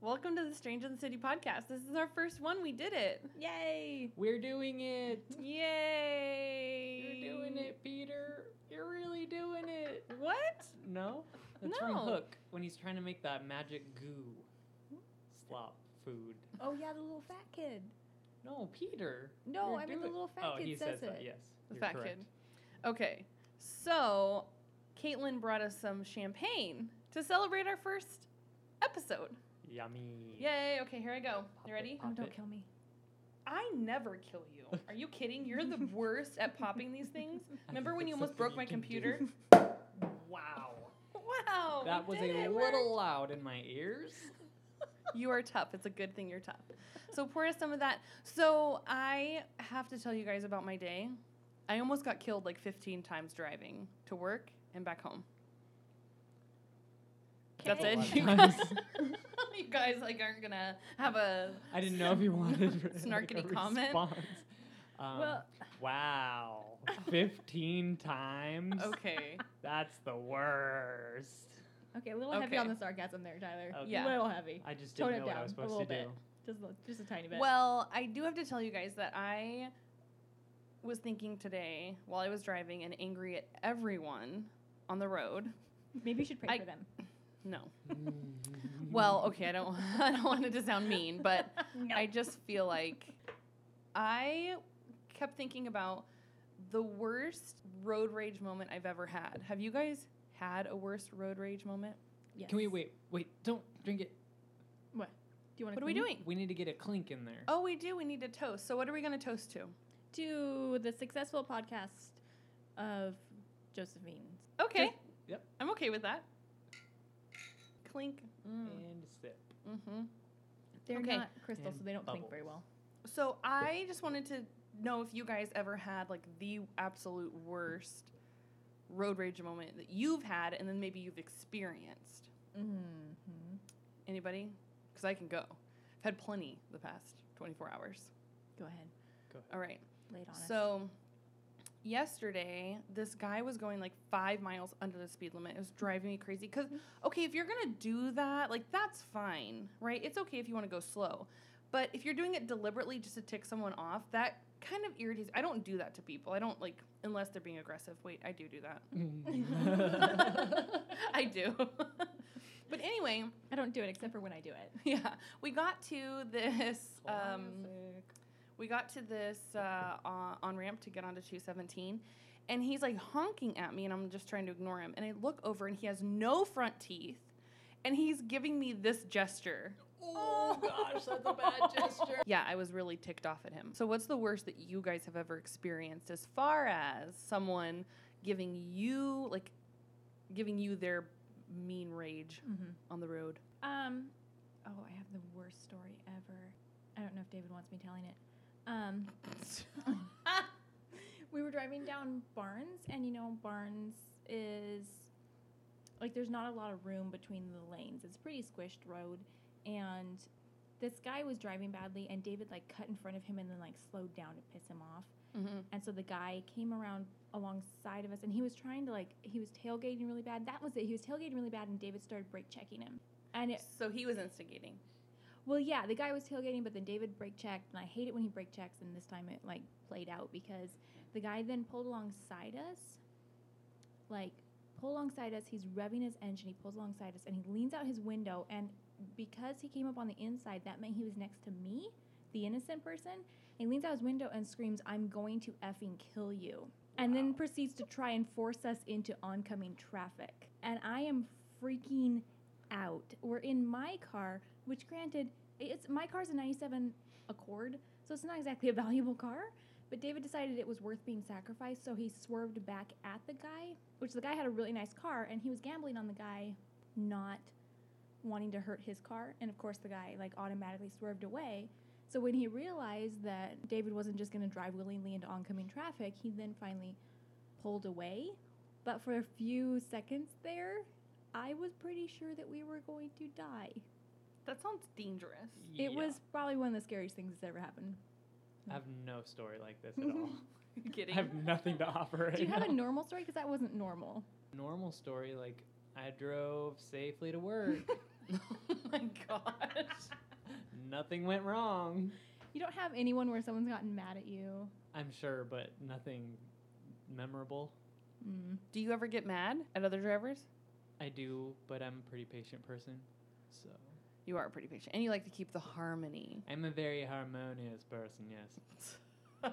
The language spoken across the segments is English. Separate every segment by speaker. Speaker 1: Welcome to the Strange in the City podcast. This is our first one. We did it. Yay!
Speaker 2: We're doing it.
Speaker 1: Yay!
Speaker 2: You're doing it, Peter. You're really doing it.
Speaker 1: What?
Speaker 2: No? That's from
Speaker 1: No.
Speaker 2: Hook when he's trying to make that magic goo. Slop food.
Speaker 3: Oh yeah, the little fat kid.
Speaker 2: No, Peter.
Speaker 3: No,
Speaker 2: You're
Speaker 3: I mean the
Speaker 2: doing-
Speaker 3: little fat
Speaker 2: oh,
Speaker 3: kid
Speaker 2: he
Speaker 3: says
Speaker 2: says that,
Speaker 3: it.
Speaker 2: yes.
Speaker 1: The
Speaker 2: You're
Speaker 1: fat
Speaker 2: correct.
Speaker 1: kid. Okay, so Caitlin brought us some champagne to celebrate our first episode.
Speaker 2: Yummy.
Speaker 1: Yay! Okay, here I go.
Speaker 2: Pop it,
Speaker 1: You ready?
Speaker 2: pop
Speaker 3: Oh, don't
Speaker 2: it.
Speaker 3: kill me.
Speaker 1: I never kill you. Are you kidding? You're the worst at popping these things. Remember when you
Speaker 2: It's
Speaker 1: almost
Speaker 2: something
Speaker 1: broke
Speaker 2: you
Speaker 1: my
Speaker 2: can do.
Speaker 1: computer?
Speaker 2: Wow.
Speaker 1: Wow!
Speaker 2: That
Speaker 1: Oh, we
Speaker 2: was
Speaker 1: did
Speaker 2: a
Speaker 1: it.
Speaker 2: little
Speaker 1: We're-
Speaker 2: loud in my ears.
Speaker 1: You are tough. It's a good thing you're tough. So pour us some of that. So I have to tell you guys about my day. I almost got killed like 15 times driving to work and back home. That's
Speaker 2: Okay.
Speaker 1: it.
Speaker 2: That's
Speaker 1: You
Speaker 2: a lot of
Speaker 1: guys, you guys, like aren't gonna have a
Speaker 2: I didn't know if you wanted like, a
Speaker 1: Snarkety comment.
Speaker 2: response. Um,
Speaker 1: Well-
Speaker 2: wow. 15 times?
Speaker 1: Oh, okay.
Speaker 2: That's the worst.
Speaker 3: Okay, a little
Speaker 1: Okay.
Speaker 3: heavy on the sarcasm there, Tyler.
Speaker 2: Okay.
Speaker 1: Yeah.
Speaker 3: A little heavy.
Speaker 2: I just
Speaker 3: Tone
Speaker 2: didn't
Speaker 3: it
Speaker 2: know what I
Speaker 3: down
Speaker 2: was
Speaker 3: a
Speaker 2: supposed to
Speaker 3: little bit.
Speaker 2: do.
Speaker 3: Just a, just a tiny bit.
Speaker 1: Well, I do have to tell you guys that I was thinking today while I was driving and angry at everyone on the road.
Speaker 3: maybe you should pray
Speaker 1: I-
Speaker 3: for them.
Speaker 1: No. Well, okay, I don't I don't want it to sound mean, but
Speaker 3: No.
Speaker 1: I just feel like I kept thinking about the worst road rage moment I've ever had. Have you guys had a worst road rage moment?
Speaker 3: Yes.
Speaker 2: Can we wait? Wait, don't drink it.
Speaker 3: What? Do you want
Speaker 1: What are we doing?
Speaker 2: We need to get a clink in there.
Speaker 1: Oh, we do. We need to toast. So, what are we going to toast to?
Speaker 3: To the successful podcast of Josephine.
Speaker 1: Okay.
Speaker 2: Just- yep.
Speaker 1: I'm okay with that. Clink. Mm.
Speaker 2: And a sip.
Speaker 1: hmm
Speaker 3: They're
Speaker 1: Okay.
Speaker 3: not crystal,
Speaker 2: And
Speaker 3: so they don't blink very well.
Speaker 2: bubbles.
Speaker 1: So, I just wanted to know if you guys ever had like the absolute worst road rage moment that you've had and then maybe you've experienced.
Speaker 3: Mm-hmm.
Speaker 1: Anybody? Because I can go. I've had plenty the past 24 hours.
Speaker 3: Go ahead.
Speaker 1: All right.
Speaker 3: Lay it on us.
Speaker 1: So, yesterday, this guy was going like five miles under the speed limit. It was driving me crazy. Because, okay, if you're going to do that, like, that's fine, right? It's okay if you want to go slow. But if you're doing it deliberately just to tick someone off, that kind of irritates. I don't do that to people. I don't, like, unless they're being aggressive. Wait, I do do that. I do. but anyway,
Speaker 3: I don't do it except for when I do it.
Speaker 1: yeah, we got to this. Um, we got to this uh, on ramp to get onto 217 and he's like honking at me and i'm just trying to ignore him and i look over and he has no front teeth and he's giving me this gesture
Speaker 2: oh gosh, that's a bad gesture.
Speaker 1: yeah i was really ticked off at him so what's the worst that you guys have ever experienced as far as someone giving you like giving you their mean rage on the road
Speaker 3: Mm-hmm. Um, oh, I have the worst story ever. I don't know if David wants me telling it. Um, we were driving down Barnes, and you know, Barnes is like there's not a lot of room between the lanes. It's a pretty squished road, and this guy was driving badly, and David like cut in front of him and then like slowed down to piss him off.
Speaker 1: Mm-hmm.
Speaker 3: And so the guy came around alongside of us, and he was trying to like he was tailgating really bad. That was it. He was tailgating really bad, and David started brake checking him. And it,
Speaker 1: so he was instigating
Speaker 3: well, yeah, the guy was tailgating, but then David brake checked, and I hate it when he brake checks. And this time it like played out because the guy then pulled alongside us, like pulled alongside us. He's revving his engine. He pulls alongside us, and he leans out his window. And because he came up on the inside, that meant he was next to me, the innocent person. He leans out his window and screams, "I'm going to effing kill you!" And then proceeds to try and force us into oncoming traffic. And I am freaking out. We're in my car, which granted, it's my car's a 97 Accord, so it's not exactly a valuable car. But David decided it was worth being sacrificed, so he swerved back at the guy, which the guy had a really nice car, and he was gambling on the guy not wanting to hurt his car. And of course, the guy like automatically swerved away. So when he realized that David wasn't just going to drive willingly into oncoming traffic, he then finally pulled away. But for a few seconds there, I was pretty sure that we were going to die.
Speaker 1: that sounds dangerous
Speaker 2: Yeah.
Speaker 3: It was probably one of the scariest things that's ever happened.
Speaker 2: I have no story like this at all. I
Speaker 1: kidding
Speaker 2: have nothing to offer. Right
Speaker 3: Do you have
Speaker 2: now.
Speaker 3: a normal story? Because that wasn't normal.
Speaker 2: normal story like I drove safely to work
Speaker 1: oh my gosh.
Speaker 2: Nothing went wrong.
Speaker 3: You don't have anyone where someone's gotten mad at you.
Speaker 2: I'm sure, but nothing memorable.
Speaker 3: Mm.
Speaker 1: Do you ever get mad at other drivers?
Speaker 2: I do, but I'm a pretty patient person. So
Speaker 1: You are pretty patient, and you like to keep the harmony.
Speaker 2: I'm a very harmonious person, yes.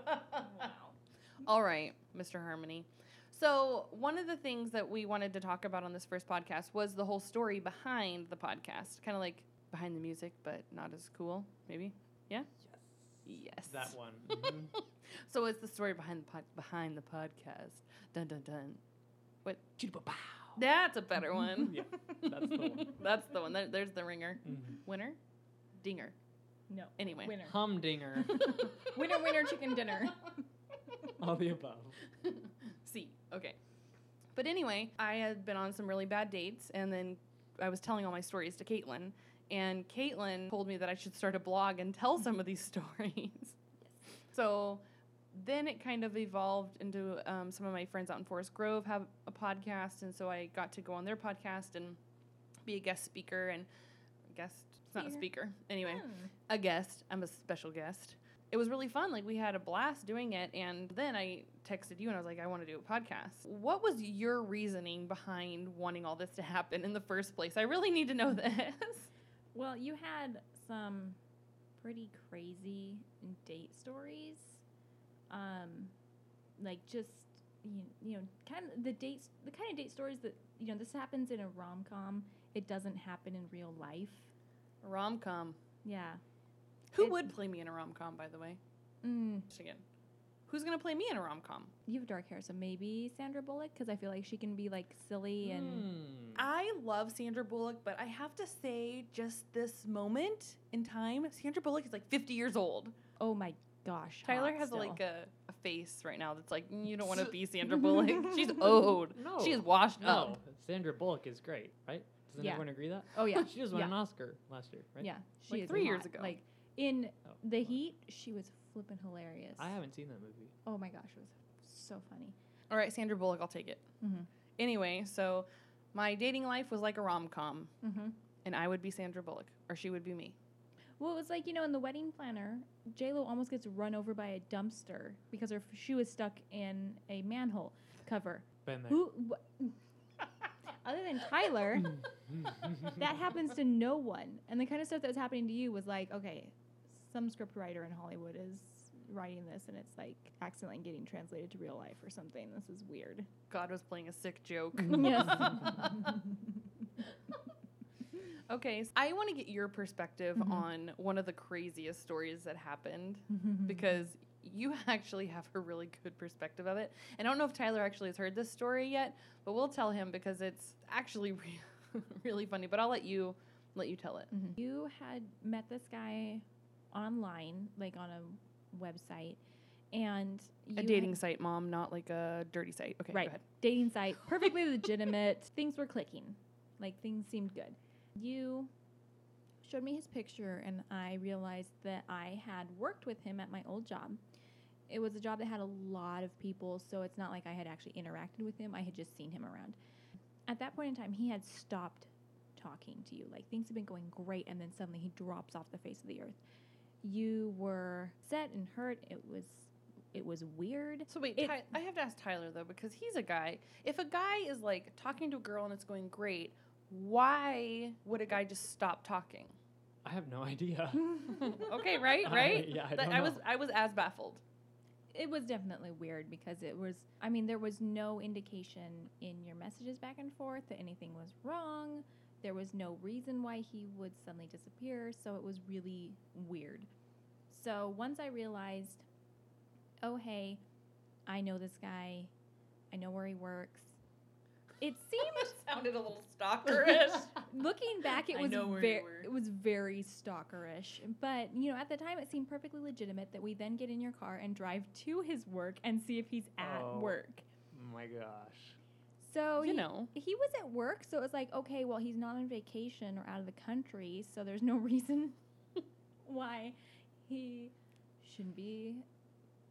Speaker 1: All right, Mr. Harmony. So, one of the things that we wanted to talk about on this first podcast was the whole story behind the podcast, kind of like behind the music, but not as cool, maybe. Yes.
Speaker 2: That one. mhm.
Speaker 1: So it's the story behind the pod- behind the podcast. Dun dun dun. What? Chidi-pow-pow. That's a better one.
Speaker 2: Yeah, that's the one.
Speaker 1: that's the one. There- there's the ringer.
Speaker 2: Mhm.
Speaker 1: Winner, dinger.
Speaker 3: No.
Speaker 1: Anyway.
Speaker 3: Winner.
Speaker 2: Humdinger.
Speaker 3: winner, winner, chicken dinner.
Speaker 2: All the above.
Speaker 1: See, okay. But anyway, I had been on some really bad dates, and then I was telling all my stories to Caitlin, and Caitlin told me that I should start a blog and tell some of these stories. So then it kind of evolved into um, some of my friends out in Forest Grove have a podcast, and so I got to go on their podcast and be a guest speaker and guest. It's not a speaker. Anyway,
Speaker 3: Hmm.
Speaker 1: a guest. I'm a special guest. It was really fun. Like we had a blast doing it, and then I texted you and I was like, I want to do a podcast. What was your reasoning behind wanting all this to happen in the first place? I really need to know this.
Speaker 3: Well, you had some pretty crazy date stories. Um, like just you, you know, kind of the dates, the kind of date stories that you know this happens in a rom com. It doesn't happen in real life.
Speaker 1: rom com.
Speaker 3: Yeah.
Speaker 1: Who
Speaker 3: It-
Speaker 1: would play me in a rom com? By the way,
Speaker 3: Mm,
Speaker 1: Just again, who's gonna play me in a rom com?
Speaker 3: you have dark hair, so maybe Sandra Bullock, because I feel like she can be like silly and
Speaker 2: Hmm.
Speaker 3: Ah,
Speaker 1: I love Sandra Bullock, but I have to say, just this moment in time, Sandra Bullock is like 50 years old.
Speaker 3: oh my gosh.
Speaker 1: Tyler
Speaker 3: hot
Speaker 1: has
Speaker 3: still.
Speaker 1: like a, a face right now that's like, "Mm, you don't want to be Sandra Bullock. She's old.
Speaker 2: No.
Speaker 1: She is washed
Speaker 2: No.
Speaker 1: up.
Speaker 2: Sandra Bullock is great, right? Doesn't
Speaker 3: Yeah.
Speaker 2: everyone agree that?
Speaker 3: oh yeah,
Speaker 2: She just won
Speaker 3: yeah.
Speaker 2: an Oscar last year, right?
Speaker 3: Yeah, she
Speaker 1: Like
Speaker 3: is
Speaker 1: three years
Speaker 3: hot.
Speaker 1: ago.
Speaker 3: Like in
Speaker 2: Oh,
Speaker 3: The
Speaker 2: well,
Speaker 3: Heat, she was flippin' hilarious.
Speaker 2: I haven't seen that movie.
Speaker 3: Oh my gosh, it was so funny.
Speaker 1: All right, Sandra Bullock, I'll take it.
Speaker 3: Mhm.
Speaker 1: Anyway, so my dating life was like a rom com,
Speaker 3: Mm-hmm.
Speaker 1: and I would be Sandra Bullock, or she would be me.
Speaker 3: Well, it was like you know, in the wedding planner, J Lo almost gets run over by a dumpster because her f- shoe is stuck in a manhole cover.
Speaker 2: Been there.
Speaker 3: Who? Wh- other than Tyler, that happens to no one. And the kind of stuff that was happening to you was like, okay, some script writer in Hollywood is writing this, and it's like accidentally getting translated to real life or something. This is weird.
Speaker 1: God was playing a sick joke.
Speaker 3: Yes.
Speaker 1: okay, so I want to get your perspective
Speaker 3: Mhm.
Speaker 1: on one of the craziest stories that happened because you actually have a really good perspective of it. And I don't know if Tyler actually has heard this story yet, but we'll tell him because it's actually re- really funny. But I'll let you let you tell it.
Speaker 3: You had met this guy online, like on a website, and you
Speaker 1: a
Speaker 3: had-
Speaker 1: dating site, mom, not like a dirty site. Okay,
Speaker 3: Right.
Speaker 1: go ahead.
Speaker 3: dating site, perfectly legitimate. Things were clicking, like things seemed good. You showed me his picture, and I realized that I had worked with him at my old job. It was a job that had a lot of people, so it's not like I had actually interacted with him. I had just seen him around. At that point in time, he had stopped talking to you. Like things had been going great, and then suddenly he drops off the face of the earth. You were set and hurt. It was, it was weird.
Speaker 1: So wait,
Speaker 3: It-
Speaker 1: Ty- I have to ask Tyler though because he's a guy. If a guy is like talking to a girl and it's going great, why would a guy just stop talking?
Speaker 2: I have no idea.
Speaker 1: Okay, right,
Speaker 2: I-
Speaker 1: right.
Speaker 2: yeah, I
Speaker 1: That-
Speaker 2: don't
Speaker 1: I was
Speaker 2: know.
Speaker 1: I was as baffled.
Speaker 3: it was definitely weird because it was i mean there was no indication in your messages back and forth that anything was wrong there was no reason why he would suddenly disappear so it was really weird so once i realized oh hey i know this guy i know where he works it seemed
Speaker 1: sounded a little stalkerish.
Speaker 3: looking back, it
Speaker 1: I
Speaker 3: was
Speaker 1: know where
Speaker 3: very
Speaker 1: you were.
Speaker 3: it was very stalkerish. But you know, at the time, it seemed perfectly legitimate that we then get in your car and drive to his work and see if he's at
Speaker 2: Oh.
Speaker 3: work.
Speaker 2: my gosh.
Speaker 3: So
Speaker 1: Oh, you
Speaker 3: he-
Speaker 1: know,
Speaker 3: he was at work, so it was like, okay, well, he's not on vacation or out of the country, so there's no reason why he shouldn't be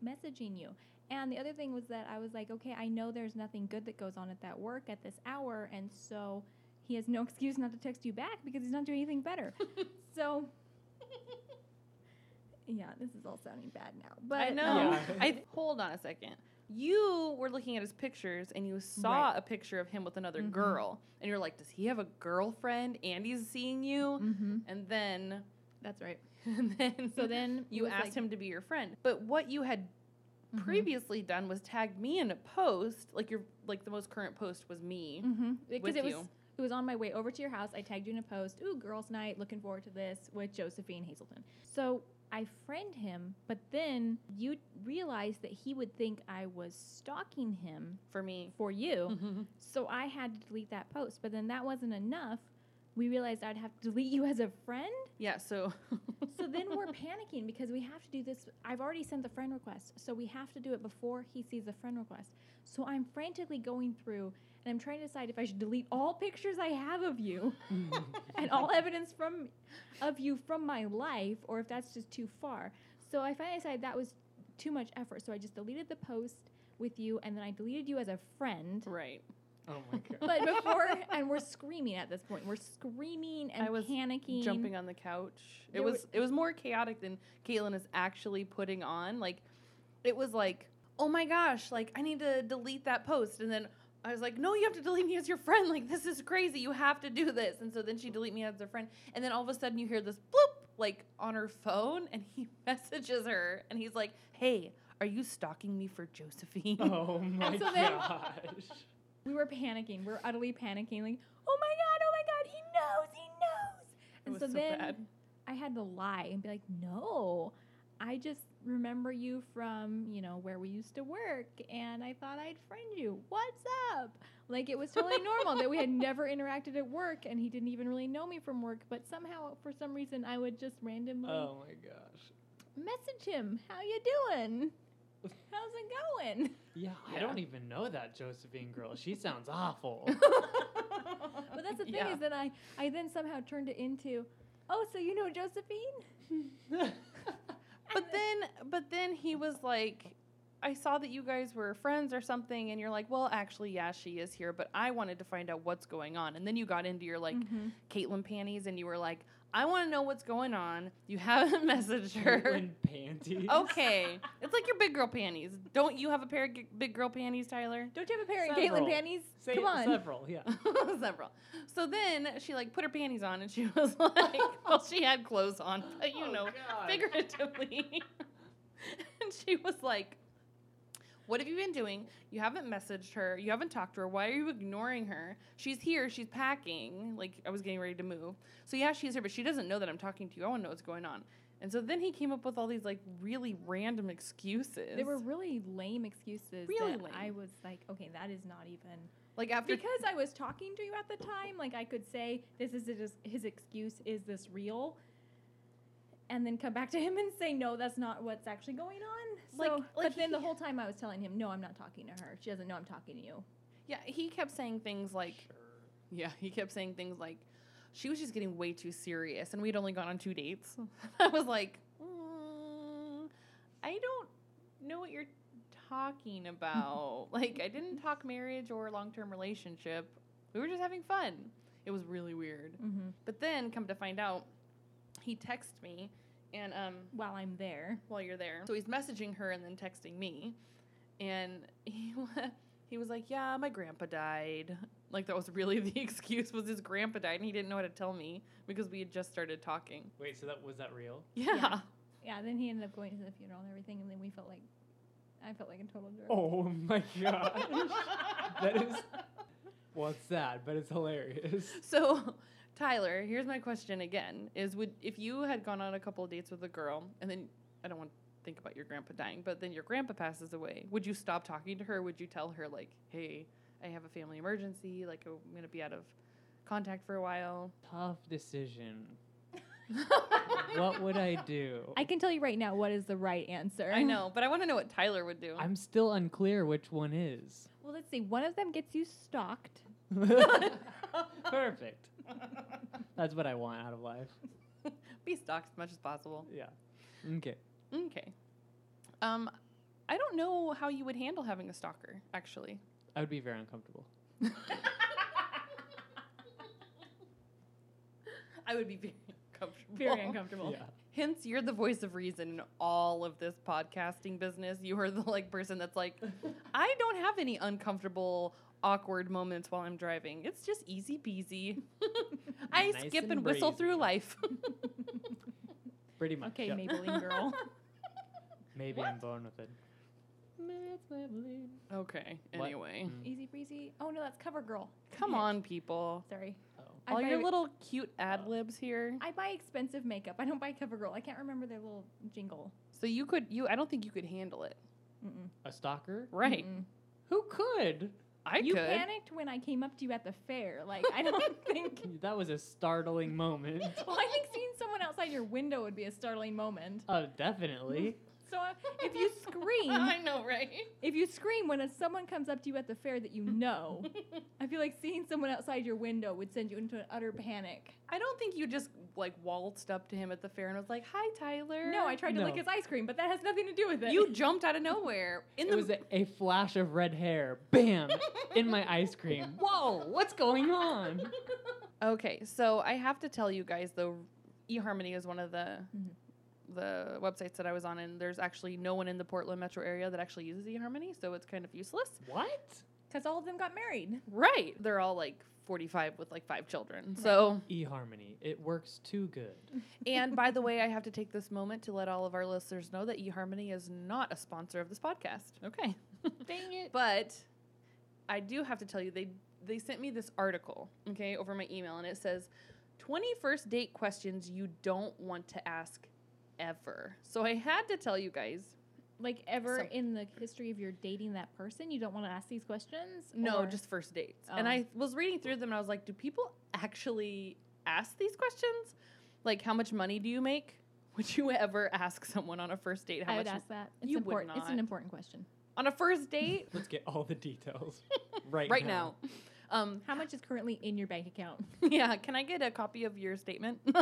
Speaker 3: messaging you. And the other thing was that I was like, okay, I know there's nothing good that goes on at that work at this hour, and so He has no excuse not to text you back because he's not doing anything better. so, yeah, this is all sounding bad now. But
Speaker 1: I
Speaker 3: um,
Speaker 1: know.
Speaker 2: Yeah.
Speaker 1: I hold on a second. You were looking at his pictures and you saw a picture of him with another
Speaker 3: Mhm.
Speaker 1: girl, and you're like, "Does he have a girlfriend?" And he's seeing you,
Speaker 3: Mhm.
Speaker 1: and then,
Speaker 3: That's right.
Speaker 1: and Mm-hmm. then,
Speaker 3: So then
Speaker 1: you asked him to be your friend. But what you had
Speaker 3: Mm-hmm.
Speaker 1: previously done was tag me in a post, like your like the most current post was me.
Speaker 3: mm-hmm.
Speaker 1: with
Speaker 3: because it was
Speaker 1: you.
Speaker 3: it was on my way over to your house. I tagged you in a post. Ooh, girls' night. Looking forward to this with Josephine Hazelton. So I friend him, but then you realized that he would think I was stalking him
Speaker 1: for me.
Speaker 3: for
Speaker 1: Hmm.
Speaker 3: you. So I had to delete that post, but then that wasn't enough. We realized I'd have to delete you as a friend.
Speaker 1: yeah, so
Speaker 3: So then we're panicking because we have to do this. I've already sent the friend request, so we have to do it before he sees the friend request. So I'm frantically going through and I'm trying to decide if I should delete all pictures I have of you and all evidence from of you from my life or if that's just too far. So I finally decided that was too much effort, so I just deleted the post with you and then I deleted you as a friend.
Speaker 1: right.
Speaker 2: oh my god.
Speaker 3: But before and we're screaming at this point. We're screaming and
Speaker 1: I was
Speaker 3: panicking.
Speaker 1: Jumping on the couch. It
Speaker 3: There
Speaker 1: was it was more chaotic than Caitlin is actually putting on. Like it was like, oh my gosh, like I need to delete that post. And then I was like, no, you have to delete me as your friend. Like this is crazy. You have to do this. And so then she deleted me as a friend. And then all of a sudden you hear this bloop like on her phone and he messages her and he's like, Hey, are you stalking me for Josephine?
Speaker 2: Oh my
Speaker 3: so then-
Speaker 2: gosh.
Speaker 3: We were panicking. We were utterly panicking. Like, oh my god, oh my god, he knows, he knows.
Speaker 1: It
Speaker 3: And
Speaker 1: was
Speaker 3: so,
Speaker 1: so
Speaker 3: then
Speaker 1: bad.
Speaker 3: I had to lie and be like, no, I just remember you from you know where we used to work, and I thought I'd friend you. What's up? Like it was totally normal that we had never interacted at work, and he didn't even really know me from work. But somehow, for some reason, I would just randomly
Speaker 2: Oh my gosh.
Speaker 3: message him, "How you doing? How's it going?"
Speaker 2: Yeah, I
Speaker 1: Yeah.
Speaker 2: don't even know that Josephine girl. She sounds awful.
Speaker 3: But that's the thing
Speaker 1: Yeah.
Speaker 3: is that I, I then somehow turned it into, oh, so you know Josephine?
Speaker 1: But then, but then he was like, I saw that you guys were friends or something, and you're like, well, actually, yeah, she is here, but I wanted to find out what's going on. And then you got into your like
Speaker 2: Mm.
Speaker 3: Mm-hmm.
Speaker 1: Caitlyn panties, and you were like, I want to know what's going on. You haven't messaged her.
Speaker 2: Caitlin panties.
Speaker 1: Oh, Okay, it's like your big girl panties. Don't you have a pair of g- big girl panties, Tyler?
Speaker 3: don't you have a pair of
Speaker 2: Several.
Speaker 3: Caitlin panties?
Speaker 2: Say
Speaker 3: Come on.
Speaker 2: Several, yeah.
Speaker 1: Several. So then she like put her panties on, and she was like, well, she had clothes on, but you
Speaker 2: Oh,
Speaker 1: know,
Speaker 2: God.
Speaker 1: figuratively. and she was like, What have you been doing? You haven't messaged her. You haven't talked to her. Why are you ignoring her? She's here. She's packing. Like, I was getting ready to move. So, yeah, she's here, but she doesn't know that I'm talking to you. I want to know what's going on. And so then he came up with all these, like, really random excuses.
Speaker 3: They were really lame excuses.
Speaker 1: Really
Speaker 3: that I
Speaker 1: lame.
Speaker 3: was like, okay, that is not even.
Speaker 1: like, after.
Speaker 3: Because I was talking to you at the time, like I could say, this is his, his excuse, is this real? And then come back to him and say, no, that's not what's actually going on. So,
Speaker 1: Like- like
Speaker 3: but then the
Speaker 1: he-
Speaker 3: whole time I was telling him, no, I'm not talking to her. She doesn't know I'm talking to you.
Speaker 1: yeah, he kept saying things like,
Speaker 2: Sure.
Speaker 1: Yeah, he kept saying things like, she was just getting way too serious, and we'd only gone on two dates. I was like, mm, I don't know what you're talking about. like, I didn't talk marriage or long term relationship. We were just having fun. It was really weird.
Speaker 3: Mm-hmm.
Speaker 1: But then, come to find out, he texted me, and um,
Speaker 3: While I'm there.
Speaker 1: while you're there. So he's messaging her and then texting me. And he wa- he was like, "Yeah, my grandpa died." Like that was really the excuse was his grandpa died and he didn't know how to tell me because we had just started talking.
Speaker 2: Wait, so that was that real?
Speaker 1: Yeah.
Speaker 3: Yeah. Yeah, then he ended up going to the funeral and everything, and then we felt like I felt like a total jerk.
Speaker 2: Oh my gosh. that is well it's sad, but it's hilarious.
Speaker 1: So, Tyler, here's my question again: Is would if you had gone on a couple of dates with a girl and then I don't want to think about your grandpa dying, but then your grandpa passes away, would you stop talking to her? Would you tell her like, "Hey, I have a family emergency. Like I'm gonna be out of contact for a while."
Speaker 2: Tough decision. What would I do?
Speaker 3: I can tell you right now what is the right answer.
Speaker 1: I know, but I want to know what Tyler would do.
Speaker 2: I'm still unclear which one is.
Speaker 3: Well, let's see. One of them gets you stalked.
Speaker 2: Perfect. That's what I want out of life.
Speaker 1: Be stalked as much as possible.
Speaker 2: Yeah. Okay.
Speaker 1: Okay. Um, I don't know how you would handle having a stalker. Actually,
Speaker 2: I would be very uncomfortable.
Speaker 1: I would be very uncomfortable.
Speaker 3: Very uncomfortable.
Speaker 2: Yeah.
Speaker 1: Hence, you're the voice of reason in all of this podcasting business. You are the like person that's like, I don't have any uncomfortable, awkward moments while I'm driving. It's just easy peasy. I
Speaker 2: Nice
Speaker 1: skip
Speaker 2: and
Speaker 1: and, whistle
Speaker 2: breezy.
Speaker 1: through life.
Speaker 2: Pretty much.
Speaker 3: Okay,
Speaker 2: yeah.
Speaker 3: Maybelline girl.
Speaker 2: Maybe I'm born with it. It's Maybelline.
Speaker 1: Okay.
Speaker 2: What?
Speaker 1: Anyway,
Speaker 2: Mm.
Speaker 3: Easy breezy. Oh no, that's cover girl.
Speaker 1: come on, people.
Speaker 3: Sorry.
Speaker 2: Oh.
Speaker 3: I
Speaker 1: all
Speaker 3: buy,
Speaker 1: your little cute ad libs here.
Speaker 3: I buy expensive makeup. I don't buy CoverGirl. I can't remember their little jingle.
Speaker 1: So you could you. I don't think you could handle it.
Speaker 3: Mm-mm.
Speaker 2: A stalker?
Speaker 1: Right.
Speaker 3: Mm-mm.
Speaker 2: Who could?
Speaker 1: I
Speaker 3: you
Speaker 1: could.
Speaker 3: panicked when I came up to you at the fair. Like I don't think.
Speaker 2: That was a startling moment.
Speaker 3: Well, I think seeing someone outside your window would be a startling moment.
Speaker 2: Oh, definitely.
Speaker 3: So uh, if you scream,
Speaker 1: I know, right?
Speaker 3: if you scream when a, someone comes up to you at the fair that you know, I feel like seeing someone outside your window would send you into an utter panic.
Speaker 1: I don't think you just like waltzed up to him at the fair and was like, "Hi, Tyler."
Speaker 3: No, I tried to
Speaker 2: No.
Speaker 3: lick his ice cream, but that has nothing to do with it.
Speaker 1: You jumped out of nowhere in
Speaker 2: It
Speaker 1: the
Speaker 2: was a, a flash of red hair. Bam! in my ice cream. Whoa! What's going on?
Speaker 1: Okay, so I have to tell you guys though, eHarmony is one of the
Speaker 3: Mhm.
Speaker 1: the websites that I was on, and there's actually no one in the Portland metro area that actually uses eHarmony, so it's kind of useless.
Speaker 2: What?
Speaker 3: because all of them got married.
Speaker 1: Right? They're all like 45 with like five children. So,
Speaker 2: eHarmony. It works too good.
Speaker 1: and by the way, I have to take this moment to let all of our listeners know that eHarmony is not a sponsor of this podcast. Okay.
Speaker 2: Dang it.
Speaker 1: But I do have to tell you, they they sent me this article, okay, over my email, and it says 21st date questions you don't want to ask ever. So I had to tell you guys.
Speaker 3: Like ever
Speaker 1: So-
Speaker 3: in the history of your dating that person, you don't want to ask these questions.
Speaker 1: No,
Speaker 3: Or-
Speaker 1: just first dates. And
Speaker 3: Oh.
Speaker 1: I was reading through them and I was like, do people actually ask these questions? Like, how much money do you make? Would you ever ask someone on a first date how
Speaker 3: I
Speaker 1: much
Speaker 3: would ask that. It's
Speaker 1: You would
Speaker 3: important. It's an
Speaker 1: not.
Speaker 3: important question.
Speaker 1: on a first date?
Speaker 2: Let's get all the details right
Speaker 1: right now. Um,
Speaker 3: How much is currently in your bank account?
Speaker 1: Yeah, can I get a copy of your statement?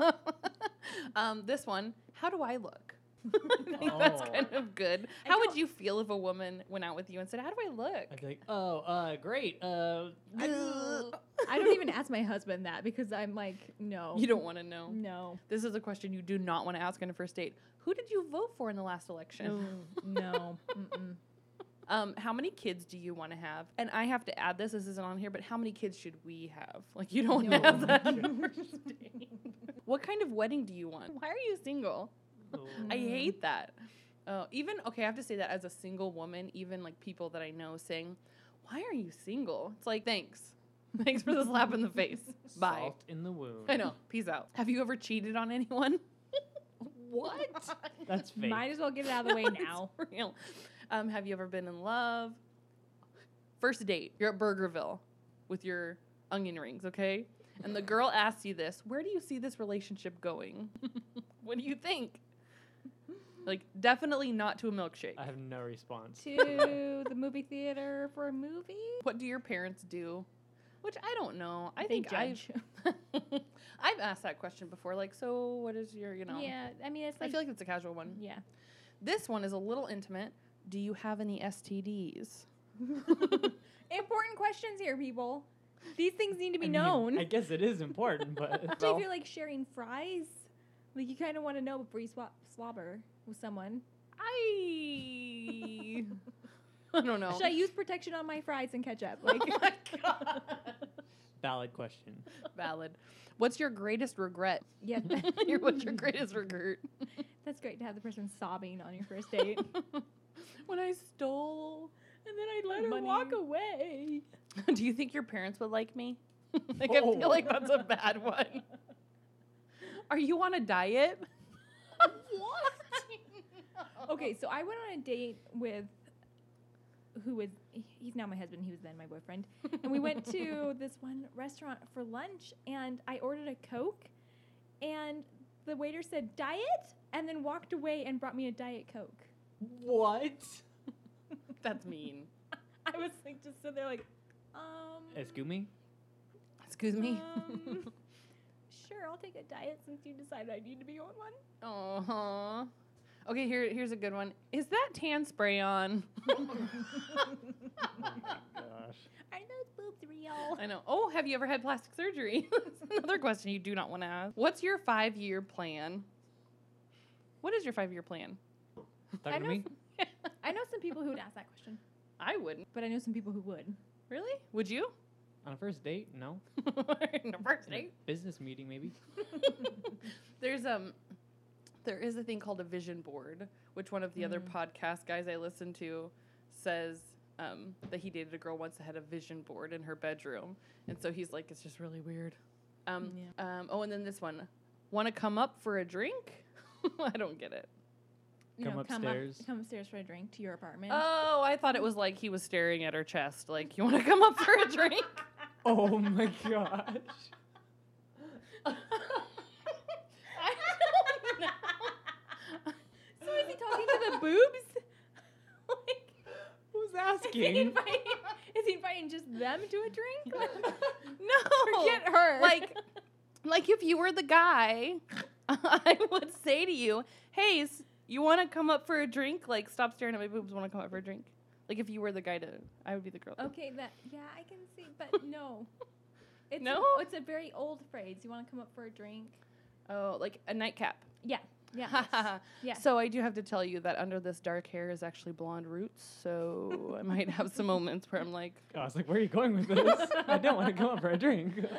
Speaker 1: um, this one, how do I look? I think that's
Speaker 2: Oh.
Speaker 1: kind of good.
Speaker 3: I
Speaker 1: How would
Speaker 3: don't-
Speaker 1: you feel if a woman went out with you and said, "How do I
Speaker 2: I'd
Speaker 1: look?"
Speaker 2: be like, oh, uh, great. Uh,
Speaker 1: Ugh.
Speaker 3: I don't even ask my husband that because I'm like, no,
Speaker 1: You don't want to know.
Speaker 3: no,
Speaker 1: This is a question you do not want to ask on a first date. Who did you vote for in the last election?
Speaker 3: no. Mm-mm.
Speaker 1: Um, how many kids do you want to have? And I have to add this. This isn't on here, but how many kids should we have? Like you don't
Speaker 2: No.
Speaker 1: have that. on a first date. what kind of wedding do you want? Why are you single? I
Speaker 3: Mm.
Speaker 1: hate that. Oh, even okay, I have to say that as a single woman, even like people that I know saying, "Why are you single?" It's like, "Thanks, thanks for the slap in the face. Bye."
Speaker 2: Salt in the wound.
Speaker 1: I know. Peace out. Have you ever cheated on anyone?
Speaker 2: What? That's fake.
Speaker 3: Might as well get it out of the way now.
Speaker 1: For real. Um, have you ever been in love? First date. You're at Burgerville with your onion rings, okay? And the girl asks you this. Where do you see this relationship going? what do you think? Like, definitely not to a milkshake.
Speaker 2: I have no response.
Speaker 3: to the movie theater for a movie.
Speaker 1: what do your parents do? Which I don't know. I
Speaker 3: They
Speaker 1: think
Speaker 3: judge.
Speaker 1: I've I've asked that question before. Like, so what is your you know?
Speaker 3: Yeah, I mean it's
Speaker 1: I
Speaker 3: like, Mm-hmm.
Speaker 1: feel like it's a casual one.
Speaker 3: yeah.
Speaker 1: This one is a little intimate. Do you have any STDs?
Speaker 3: Important questions here, people. These things need to be
Speaker 2: I mean,
Speaker 3: known.
Speaker 2: I guess it is important, but
Speaker 3: Do you feel like sharing fries? Like you kind of want to know before you swap slobber with someone.
Speaker 1: I I don't know.
Speaker 3: Should I use protection on my fries and ketchup? Like,
Speaker 1: oh my god.
Speaker 2: valid question.
Speaker 1: Valid. What's your greatest regret?
Speaker 3: yeah,
Speaker 1: Your- What's your greatest regret?
Speaker 3: that's great to have the person sobbing on your first date.
Speaker 1: when I stole.
Speaker 3: And then I let
Speaker 1: her walk
Speaker 3: away.
Speaker 1: Do you think your parents would like me? like I
Speaker 2: Oh.
Speaker 1: feel like that's a bad one. Are you on a diet? what?
Speaker 3: Okay, so I went on a date with who was he's now my husband, he was then my boyfriend. And we went to this one restaurant for lunch and I ordered a Coke and the waiter said diet and then walked away and brought me a diet Coke.
Speaker 2: What?
Speaker 1: That's mean.
Speaker 3: I was like just sitting there like, um
Speaker 2: Excuse me?
Speaker 1: Excuse me.
Speaker 3: um, sure, I'll take a diet since you decided I need to be on one.
Speaker 1: Aw. Um, uh-huh. Okay, here here's a good one. Is that tan spray on?
Speaker 2: Oh my gosh.
Speaker 3: Are those boobs real? real.
Speaker 1: I know. Oh, have you ever had plastic surgery? That's another question you do not want to ask. What's your five year plan? What is your five year plan?
Speaker 2: Talking to
Speaker 3: know
Speaker 2: me?
Speaker 3: I know some people who would ask that question,
Speaker 1: I wouldn't.
Speaker 3: but I know some people who would.
Speaker 1: Really? Would you?
Speaker 2: On a first date? No.
Speaker 1: In a first
Speaker 2: In a
Speaker 1: date?
Speaker 2: business meeting, maybe.
Speaker 1: There's um there is a thing called a vision board, which one of the other
Speaker 3: Mm.
Speaker 1: podcast guys I listen to says um, that he dated a girl once that had a vision board in her bedroom. And so he's like, it's just really weird. Um, um, oh, and then this one. Want to come up for a drink? I don't get it.
Speaker 2: Come upstairs.
Speaker 3: Come, up, come upstairs for a drink to your apartment.
Speaker 1: Oh, I thought it was like he was staring at her chest, like, you want to come up for a drink?
Speaker 2: Oh my gosh.
Speaker 1: I don't know.
Speaker 3: so is he talking to the boobs? like,
Speaker 2: Who's
Speaker 3: is he,
Speaker 2: asking?
Speaker 3: inviting, is he inviting just them to a drink? Like,
Speaker 1: No.
Speaker 3: Forget her.
Speaker 1: Like, like if you were the guy, I would say to you, "Hey, s- you want to come up for a drink? Like, stop staring at my boobs. Want to come up for a drink? Like, if you were the guy to, I would be the girl.
Speaker 3: okay, that yeah, I can see, but no. It's
Speaker 1: No?
Speaker 3: a, it's a very old phrase. You want to come up for a drink?
Speaker 1: Oh, like a nightcap.
Speaker 3: Yeah, yeah. Yeah.
Speaker 1: So I do have to tell you that under this dark hair is actually blonde roots. So I might have some moments where I'm like,
Speaker 2: I was like, where are you going with this? I don't want to come up for a drink.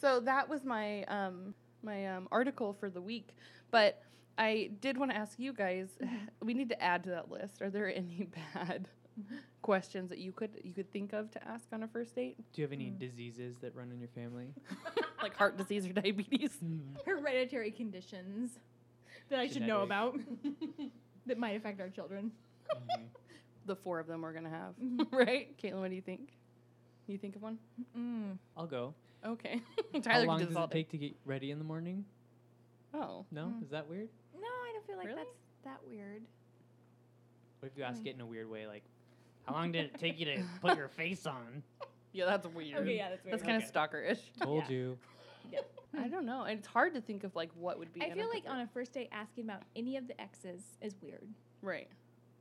Speaker 1: So that was my um, my um, article for the week. But I did want to ask you guys.
Speaker 3: Mm-hmm.
Speaker 1: We need to add to that list. Are there any bad questions that you could you could think of to ask on a first date,
Speaker 2: Do you have any
Speaker 3: Mm.
Speaker 2: diseases that run in your family? Hmm,
Speaker 1: like heart disease or diabetes?
Speaker 3: Hereditary conditions that I should know about that might affect our children.
Speaker 2: Mhm.
Speaker 1: The four of them we're gonna have,
Speaker 3: Mhm.
Speaker 1: right? Caitlin, what do you think? You think of one?
Speaker 3: Mm.
Speaker 2: I'll go.
Speaker 1: Okay.
Speaker 2: How
Speaker 1: Tyler
Speaker 2: long
Speaker 1: can do
Speaker 2: does
Speaker 1: this all
Speaker 2: it Hmm.
Speaker 1: day.
Speaker 2: take to get ready in the morning?
Speaker 1: Oh,
Speaker 2: No?
Speaker 3: Mm.
Speaker 2: Is that weird?
Speaker 3: No, I don't feel like
Speaker 1: Really?
Speaker 3: that's that weird.
Speaker 2: What if you ask
Speaker 3: Mm.
Speaker 2: it in a weird way, like, how long did it take you to put your face on?
Speaker 1: yeah, that's weird.
Speaker 3: yeah, that's
Speaker 1: That's kind of
Speaker 2: Okay.
Speaker 1: stalkerish.
Speaker 2: Told you.
Speaker 1: I don't know. And it's hard to think of like what would be.
Speaker 3: I feel like
Speaker 1: inappropriate.
Speaker 3: on a first date, asking about any of the exes is weird.
Speaker 1: right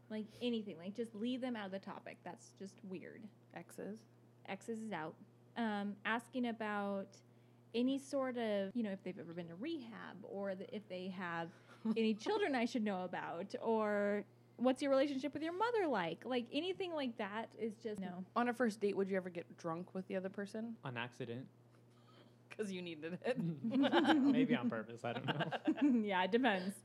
Speaker 3: Like anything, like just leave them out of the topic. That's just weird.
Speaker 1: X's.
Speaker 3: Exes is out. Um, asking about any sort of, you know, if they've ever been to rehab or the, if they have any children I should know about or what's your relationship with your mother like? Like anything like that is just no.
Speaker 1: On a first date, would you ever get drunk with the other person?
Speaker 2: On accident.
Speaker 1: Because you needed it.
Speaker 2: Mm-hmm. Maybe on purpose. I don't know.
Speaker 3: yeah, it depends.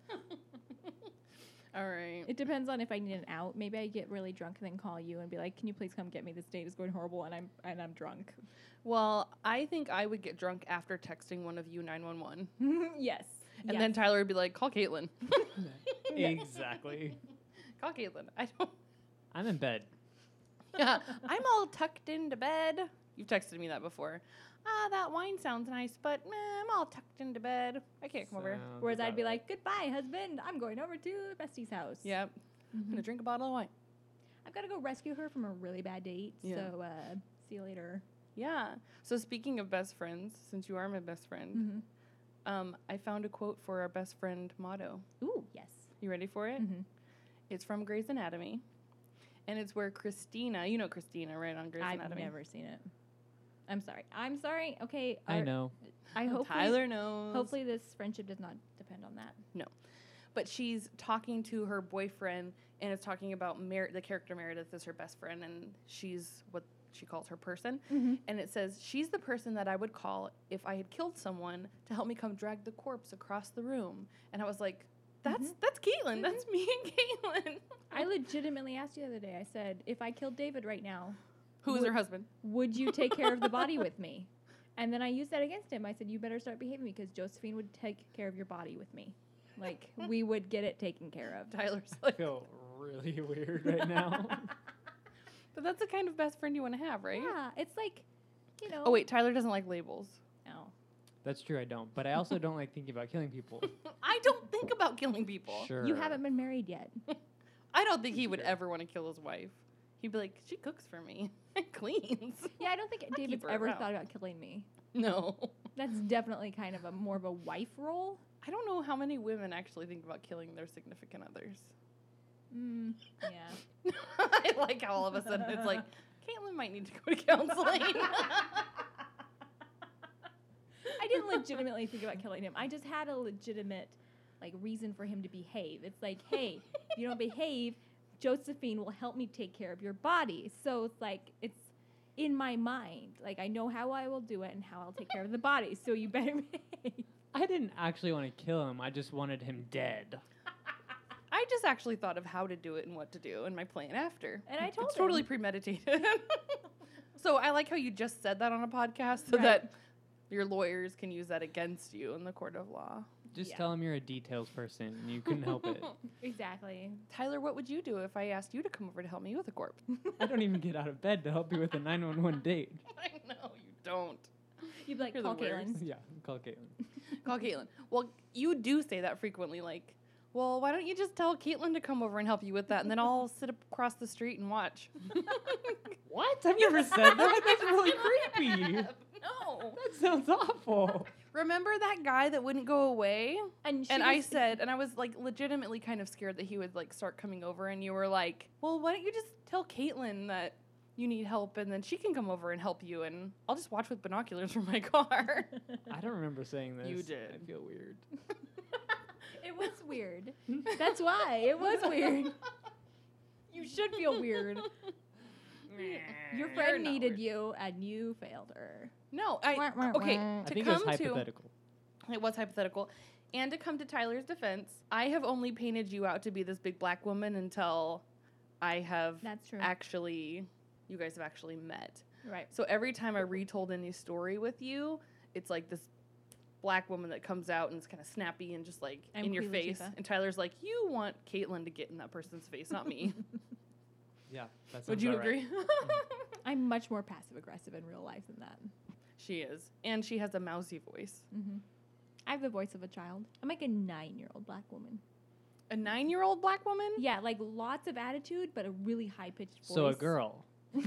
Speaker 1: All right.
Speaker 3: It depends on if I need an out. Maybe I get really drunk and then call you and be like, "Can you please come get me? This date is going horrible, and I'm and I'm drunk."
Speaker 1: Well, I think I would get drunk after texting one of you 911.
Speaker 3: yes.
Speaker 1: And
Speaker 3: yes.
Speaker 1: then Tyler would be like, call Caitlin.
Speaker 2: exactly.
Speaker 1: Call Caitlin. I don't.
Speaker 2: I'm in bed.
Speaker 1: Yeah. I'm all tucked into bed. You've texted me that before. Ah, that wine sounds nice, but meh, I'm all tucked into bed. I can't come over.
Speaker 2: Sounds
Speaker 3: whereas I'd
Speaker 2: about
Speaker 3: be
Speaker 2: right.
Speaker 3: like, "Goodbye, husband. I'm going over to bestie's house.
Speaker 1: Yep. I'm going to
Speaker 3: Mhm.
Speaker 1: drink a bottle of wine.
Speaker 3: I've got to go rescue her from a really bad date.
Speaker 1: Yeah.
Speaker 3: So uh, see you later."
Speaker 1: Yeah. So, speaking of best friends, since you are my best friend,
Speaker 3: Mhm.
Speaker 1: um, I found a quote for our best friend motto.
Speaker 3: Mm-hmm. Ooh, yes.
Speaker 1: You ready for it?
Speaker 3: Mhm.
Speaker 1: It's from Grey's Anatomy, and it's where Christina, you know Christina, right on Grey's
Speaker 3: I've
Speaker 1: Anatomy.
Speaker 3: never seen it. I'm sorry. I'm sorry. Okay.
Speaker 2: I
Speaker 3: our-
Speaker 2: know.
Speaker 3: I hope
Speaker 1: Oh, Tyler knows.
Speaker 3: Hopefully, this friendship does not depend on that.
Speaker 1: but she's talking to her boyfriend, and it's talking about Mer- the character Meredith is her best friend, and she's what she calls her person.
Speaker 3: Mhm.
Speaker 1: And it says she's the person that I would call if I had killed someone to help me come drag the corpse across the room. And I was like, that's that's Caitlin. That's me and Caitlin.
Speaker 3: I legitimately asked you the other day. I said, "If I killed David right now,
Speaker 1: Who is her husband?
Speaker 3: would you take care of the body with me? And then I used that against him. I said, you better start behaving because Josephine would take care of your body with me. Like, we would get it taken care of.
Speaker 1: Tyler's
Speaker 2: I
Speaker 1: like,
Speaker 2: feel really weird right now.
Speaker 1: but that's the kind of best friend you want to have, right?
Speaker 3: Yeah, it's like, you know.
Speaker 1: Oh wait, Tyler doesn't like labels.
Speaker 3: No.
Speaker 2: That's true. I don't. But I also don't like thinking about killing people.
Speaker 1: I don't think about killing people.
Speaker 2: Sure.
Speaker 3: You haven't been married yet.
Speaker 1: I don't think he would
Speaker 2: Sure.
Speaker 1: ever want to kill his wife. He'd be like, she cooks for me and cleans.
Speaker 3: Yeah, I don't think David's
Speaker 1: her
Speaker 3: ever
Speaker 1: around.
Speaker 3: thought about killing me.
Speaker 1: No.
Speaker 3: That's definitely kind of a more of a wife role.
Speaker 1: I don't know how many women actually think about killing their significant others.
Speaker 3: Mm, yeah.
Speaker 1: I like how all of a sudden it's like Caitlin might need to go to counseling.
Speaker 3: I didn't legitimately think about killing him. I just had a legitimate like reason for him to behave. It's like, hey, if you don't behave, Josephine will help me take care of your body. So it's like it's in my mind. Like I know how I will do it and how I'll take care of the body. So you better behave.
Speaker 2: I didn't actually want to kill him. I just wanted him dead.
Speaker 1: I just actually thought of how to do it and what to do and my plan after.
Speaker 3: And I told
Speaker 1: it's totally
Speaker 3: him.
Speaker 1: premeditated. so I like how you just said that on a podcast so
Speaker 3: Right.
Speaker 1: that your lawyers can use that against you in the court of law.
Speaker 2: Just
Speaker 3: Yeah.
Speaker 2: tell him you're a details person and you couldn't help it.
Speaker 3: Exactly.
Speaker 1: Tyler, what would you do if I asked you to come over to help me with a corpse?
Speaker 2: I don't even get out of bed to help you with a 911 date.
Speaker 1: I know you don't.
Speaker 3: You'd be like,
Speaker 1: You're the
Speaker 3: call
Speaker 1: worst.
Speaker 3: Caitlin.
Speaker 2: Yeah, call Caitlin.
Speaker 1: Call Caitlin. Well, you do say that frequently, like, well, why don't you just tell Caitlin to come over and help you with that, and then I'll sit across the street and watch.
Speaker 2: What? I've never said that. That's really creepy.
Speaker 1: no.
Speaker 2: That sounds awful.
Speaker 1: Remember that guy that wouldn't go away?
Speaker 3: And, she
Speaker 1: and I
Speaker 3: was-
Speaker 1: said, and I was like legitimately kind of scared that he would like start coming over, and you were like, well, why don't you just tell Caitlin that you need help, and then she can come over and help you, and I'll just watch with binoculars from my car.
Speaker 2: I don't remember saying this.
Speaker 1: You
Speaker 2: I
Speaker 1: did.
Speaker 2: feel weird.
Speaker 3: It was weird. That's why. It was weird. You should feel weird. Your friend
Speaker 1: not
Speaker 3: needed
Speaker 1: weird.
Speaker 3: you and you failed her.
Speaker 1: No, I
Speaker 3: Wah, wah,
Speaker 1: okay.
Speaker 3: wah. I
Speaker 1: To
Speaker 2: I think it was
Speaker 1: come to
Speaker 2: hypothetical.
Speaker 1: It was hypothetical. And to come to Tyler's defense, I have only painted you out to be this big black woman until I have
Speaker 3: That's true.
Speaker 1: actually, you guys have actually met.
Speaker 3: right.
Speaker 1: So every time I retold any story with you, it's like this black woman that comes out and is kind of snappy and just like
Speaker 3: I'm
Speaker 1: in your
Speaker 3: Queen
Speaker 1: face.
Speaker 3: Latifah.
Speaker 1: And Tyler's like, You want Caitlyn to get in that person's face, not me.
Speaker 2: Yeah, that sounds
Speaker 1: Would you
Speaker 2: about right.
Speaker 1: agree?
Speaker 3: I'm much more passive aggressive in real life than that.
Speaker 1: she is. And she has a mousy voice.
Speaker 3: hmm I have the voice of a child. I'm like a nine year old black woman.
Speaker 1: A nine year old black woman?
Speaker 3: Yeah, like lots of attitude, but a really high pitched voice.
Speaker 2: So a girl,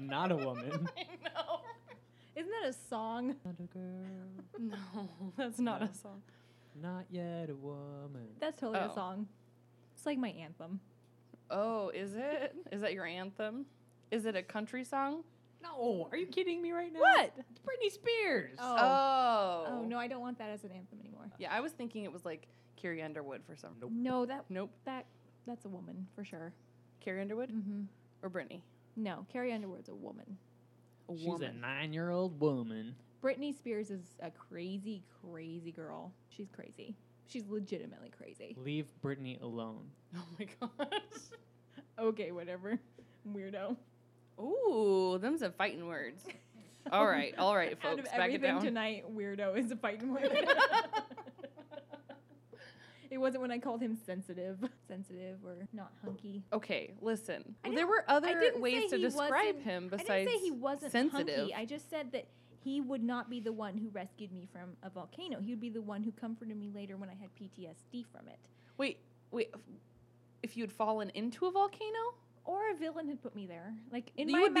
Speaker 2: not a woman.
Speaker 1: I know.
Speaker 3: Isn't that a song?
Speaker 2: Not a girl,
Speaker 1: No, that's not
Speaker 2: No.
Speaker 1: a song.
Speaker 2: not yet a woman.
Speaker 3: That's totally
Speaker 1: Oh.
Speaker 3: a song. It's like my anthem.
Speaker 1: Oh, is it? Is that your anthem? Is it a country song?
Speaker 2: No, are you kidding me right now?
Speaker 3: What?
Speaker 2: It's Britney Spears.
Speaker 3: Oh.
Speaker 1: Oh.
Speaker 3: Oh no, I don't want that as an anthem anymore.
Speaker 1: Yeah, I was thinking it was like Carrie Underwood for some.
Speaker 2: Nope.
Speaker 3: No, that
Speaker 1: Nope.
Speaker 3: that that's a woman for sure.
Speaker 1: Carrie Underwood
Speaker 3: Mm-hmm.
Speaker 1: or Britney?
Speaker 3: No, Carrie Underwood's a woman.
Speaker 1: A
Speaker 2: She's a nine-year-old woman.
Speaker 3: Britney Spears is a crazy, crazy girl. She's crazy. She's legitimately crazy.
Speaker 2: Leave Britney alone.
Speaker 1: Oh my gosh.
Speaker 3: Okay, whatever. Weirdo.
Speaker 1: Ooh, them's some fighting words. All right, all right,
Speaker 3: Out of
Speaker 1: folks, back it
Speaker 3: everything
Speaker 1: down.
Speaker 3: tonight, weirdo is a fighting word. it wasn't when I called him sensitive, sensitive or not hunky.
Speaker 1: Okay, listen.
Speaker 3: I know.
Speaker 1: There were other
Speaker 3: didn't
Speaker 1: ways
Speaker 3: say
Speaker 1: to
Speaker 3: he
Speaker 1: describe
Speaker 3: wasn't-
Speaker 1: him besides
Speaker 3: I didn't say he wasn't
Speaker 1: sensitive.
Speaker 3: hunky. I just said that he would not be the one who rescued me from a volcano. He would be the one who comforted me later when I had PTSD from it,
Speaker 1: wait, wait. if- If you had fallen into a volcano,
Speaker 3: or a villain had put me there. Like in
Speaker 1: you
Speaker 3: my
Speaker 1: would be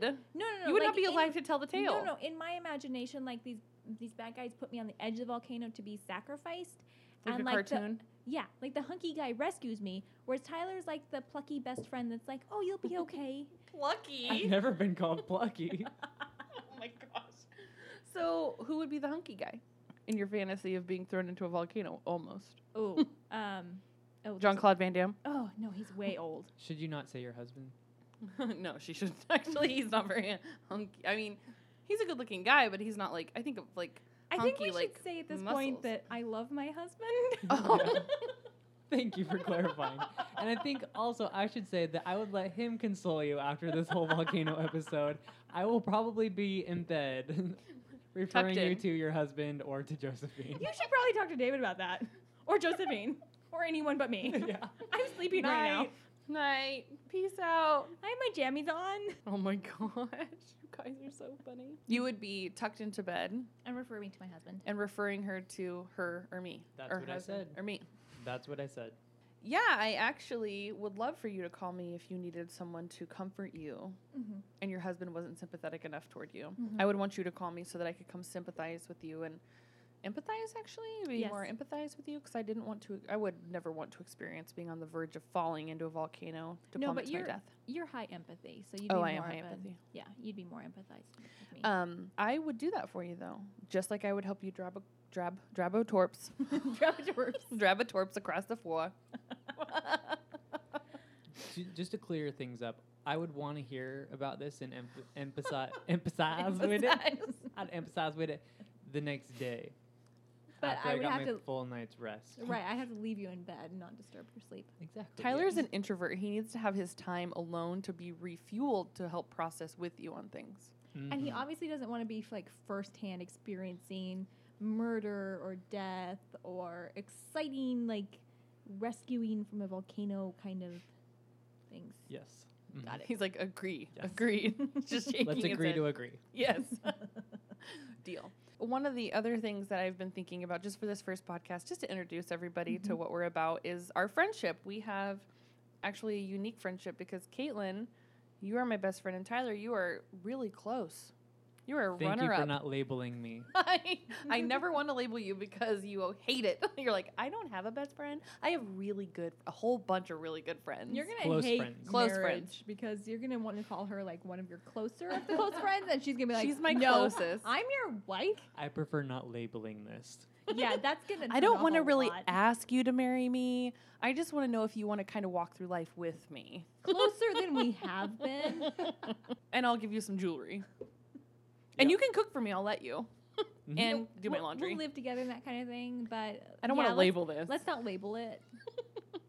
Speaker 1: dead.
Speaker 3: No, no, no.
Speaker 1: You would
Speaker 3: like
Speaker 1: not be
Speaker 3: in-
Speaker 1: alive to tell the tale.
Speaker 3: No, no. In my imagination, like these these bad guys put me on the edge of the volcano to be sacrificed.
Speaker 1: Like
Speaker 3: and
Speaker 1: a
Speaker 3: like the-
Speaker 1: cartoon.
Speaker 3: Yeah, like the hunky guy rescues me, whereas Tyler's like the plucky best friend that's like, "Oh, you'll be okay."
Speaker 2: I've
Speaker 1: Plucky.
Speaker 2: never been called plucky.
Speaker 1: oh my gosh. So, who would be the hunky guy in your fantasy of being thrown into a volcano? Almost.
Speaker 3: oh, um, oh,
Speaker 1: John
Speaker 3: there's-
Speaker 1: Claude Van Damme?
Speaker 3: Oh no, he's way old.
Speaker 2: Should you not say your husband?
Speaker 1: no, she should Actually, he's not very hunky. I mean, he's a good looking guy, but he's not like, I think of like,
Speaker 3: I think we
Speaker 1: Hunky, like,
Speaker 3: should say at this
Speaker 1: muscles.
Speaker 3: point that I love my husband.
Speaker 1: oh.
Speaker 2: Thank you for clarifying. and I think also I should say that I would let him console you after this whole volcano episode. I will probably be in bed, referring
Speaker 1: Tucked
Speaker 2: you
Speaker 1: in.
Speaker 2: to your husband or to Josephine.
Speaker 3: you should probably talk to David about that, or Josephine, or anyone but me.
Speaker 2: yeah.
Speaker 3: I'm sleeping right now.
Speaker 1: Night. Night. Peace out.
Speaker 3: I have my jammies on.
Speaker 1: Oh my gosh. You guys are so funny. You would be tucked into bed
Speaker 3: I'm referring to my husband.
Speaker 1: and referring her to her or me.
Speaker 2: That's
Speaker 1: or
Speaker 2: what I
Speaker 1: husband
Speaker 2: said.
Speaker 1: Or me.
Speaker 2: That's what I said.
Speaker 1: Yeah, I actually would love for you to call me if you needed someone to comfort you
Speaker 3: Mm-hmm.
Speaker 1: and your husband wasn't sympathetic enough toward you.
Speaker 3: Mhm.
Speaker 1: I would want you to call me so that I could come sympathize with you and empathize actually, be
Speaker 3: Yes.
Speaker 1: more empathize with you because I didn't want to. I would never want to experience being on the verge of falling into a volcano to
Speaker 3: No,
Speaker 1: plummet
Speaker 3: but
Speaker 1: to my
Speaker 3: you're-
Speaker 1: death.
Speaker 3: You're high empathy, so you'd
Speaker 1: Oh,
Speaker 3: be
Speaker 1: I am
Speaker 3: more
Speaker 1: high
Speaker 3: of a-
Speaker 1: empathy.
Speaker 3: yeah, you'd be more empathizing with me.
Speaker 1: Um, I would do that for you though, just like I would help you drab a drab drabotorps
Speaker 3: Drabadorps.
Speaker 1: drabotorps across the floor.
Speaker 2: Ju- just to clear things up, I would want to hear about this and emph- emphasize, emphasize with it.
Speaker 3: Emphasize.
Speaker 2: I'd emphasize with it the next day.
Speaker 3: But
Speaker 2: after
Speaker 3: I
Speaker 2: I,
Speaker 3: would
Speaker 2: got
Speaker 3: have
Speaker 2: my
Speaker 3: to-
Speaker 2: full night's rest.
Speaker 3: Right, I have to leave you in bed and not disturb your sleep.
Speaker 2: Exactly.
Speaker 1: Tyler's
Speaker 2: yes.
Speaker 1: an introvert. He needs to have his time alone to be refueled to help process with you on things.
Speaker 3: And he
Speaker 1: Mm-hmm.
Speaker 2: Mhm.
Speaker 3: obviously doesn't want to be like firsthand experiencing murder or death or exciting like rescuing from a volcano kind of things.
Speaker 2: Yes. Mhm.
Speaker 3: Got it.
Speaker 1: He's like, agree,
Speaker 2: Yes.
Speaker 1: agreed. Just shaking
Speaker 2: Let's
Speaker 1: his
Speaker 2: agree
Speaker 1: head.
Speaker 2: to agree.
Speaker 1: Yes. Deal. One of the other things that I've been thinking about just for this first podcast, just to introduce everybody to what we're about, is our friendship. We have actually a unique friendship because Caitlin, you are my best friend, and Tyler, you are really close. You are a
Speaker 2: Thank you
Speaker 1: runner
Speaker 2: for
Speaker 1: up.
Speaker 2: not labeling me.
Speaker 1: I, I never want to label you because you hate it. You're like, I don't have a best friend. I have really good, a whole bunch of really good friends.
Speaker 3: You're gonna
Speaker 2: Close
Speaker 3: hate
Speaker 2: friends.
Speaker 1: Close
Speaker 3: marriage
Speaker 1: friends.
Speaker 3: because you're gonna want to call her like one of your closer of the close friends, and she's gonna be like,
Speaker 1: She's my
Speaker 3: no,
Speaker 1: closest."
Speaker 3: I'm your wife.
Speaker 2: I prefer not labeling this.
Speaker 3: Yeah, that's gonna.
Speaker 1: I don't
Speaker 3: want to
Speaker 1: really
Speaker 3: lot.
Speaker 1: ask you to marry me. I just want to know if you want to kind of walk through life with me.
Speaker 3: closer than we have been.
Speaker 1: and I'll give you some jewelry. And
Speaker 2: Yep.
Speaker 1: you can cook for me. I'll let you.
Speaker 2: Mhm.
Speaker 1: and do my
Speaker 3: Mm-hmm. We'll-
Speaker 1: laundry.
Speaker 3: We'll live together and that kind of thing, but
Speaker 1: I don't want
Speaker 3: yeah,
Speaker 1: to
Speaker 3: let's-
Speaker 1: label this.
Speaker 3: Let's not label it.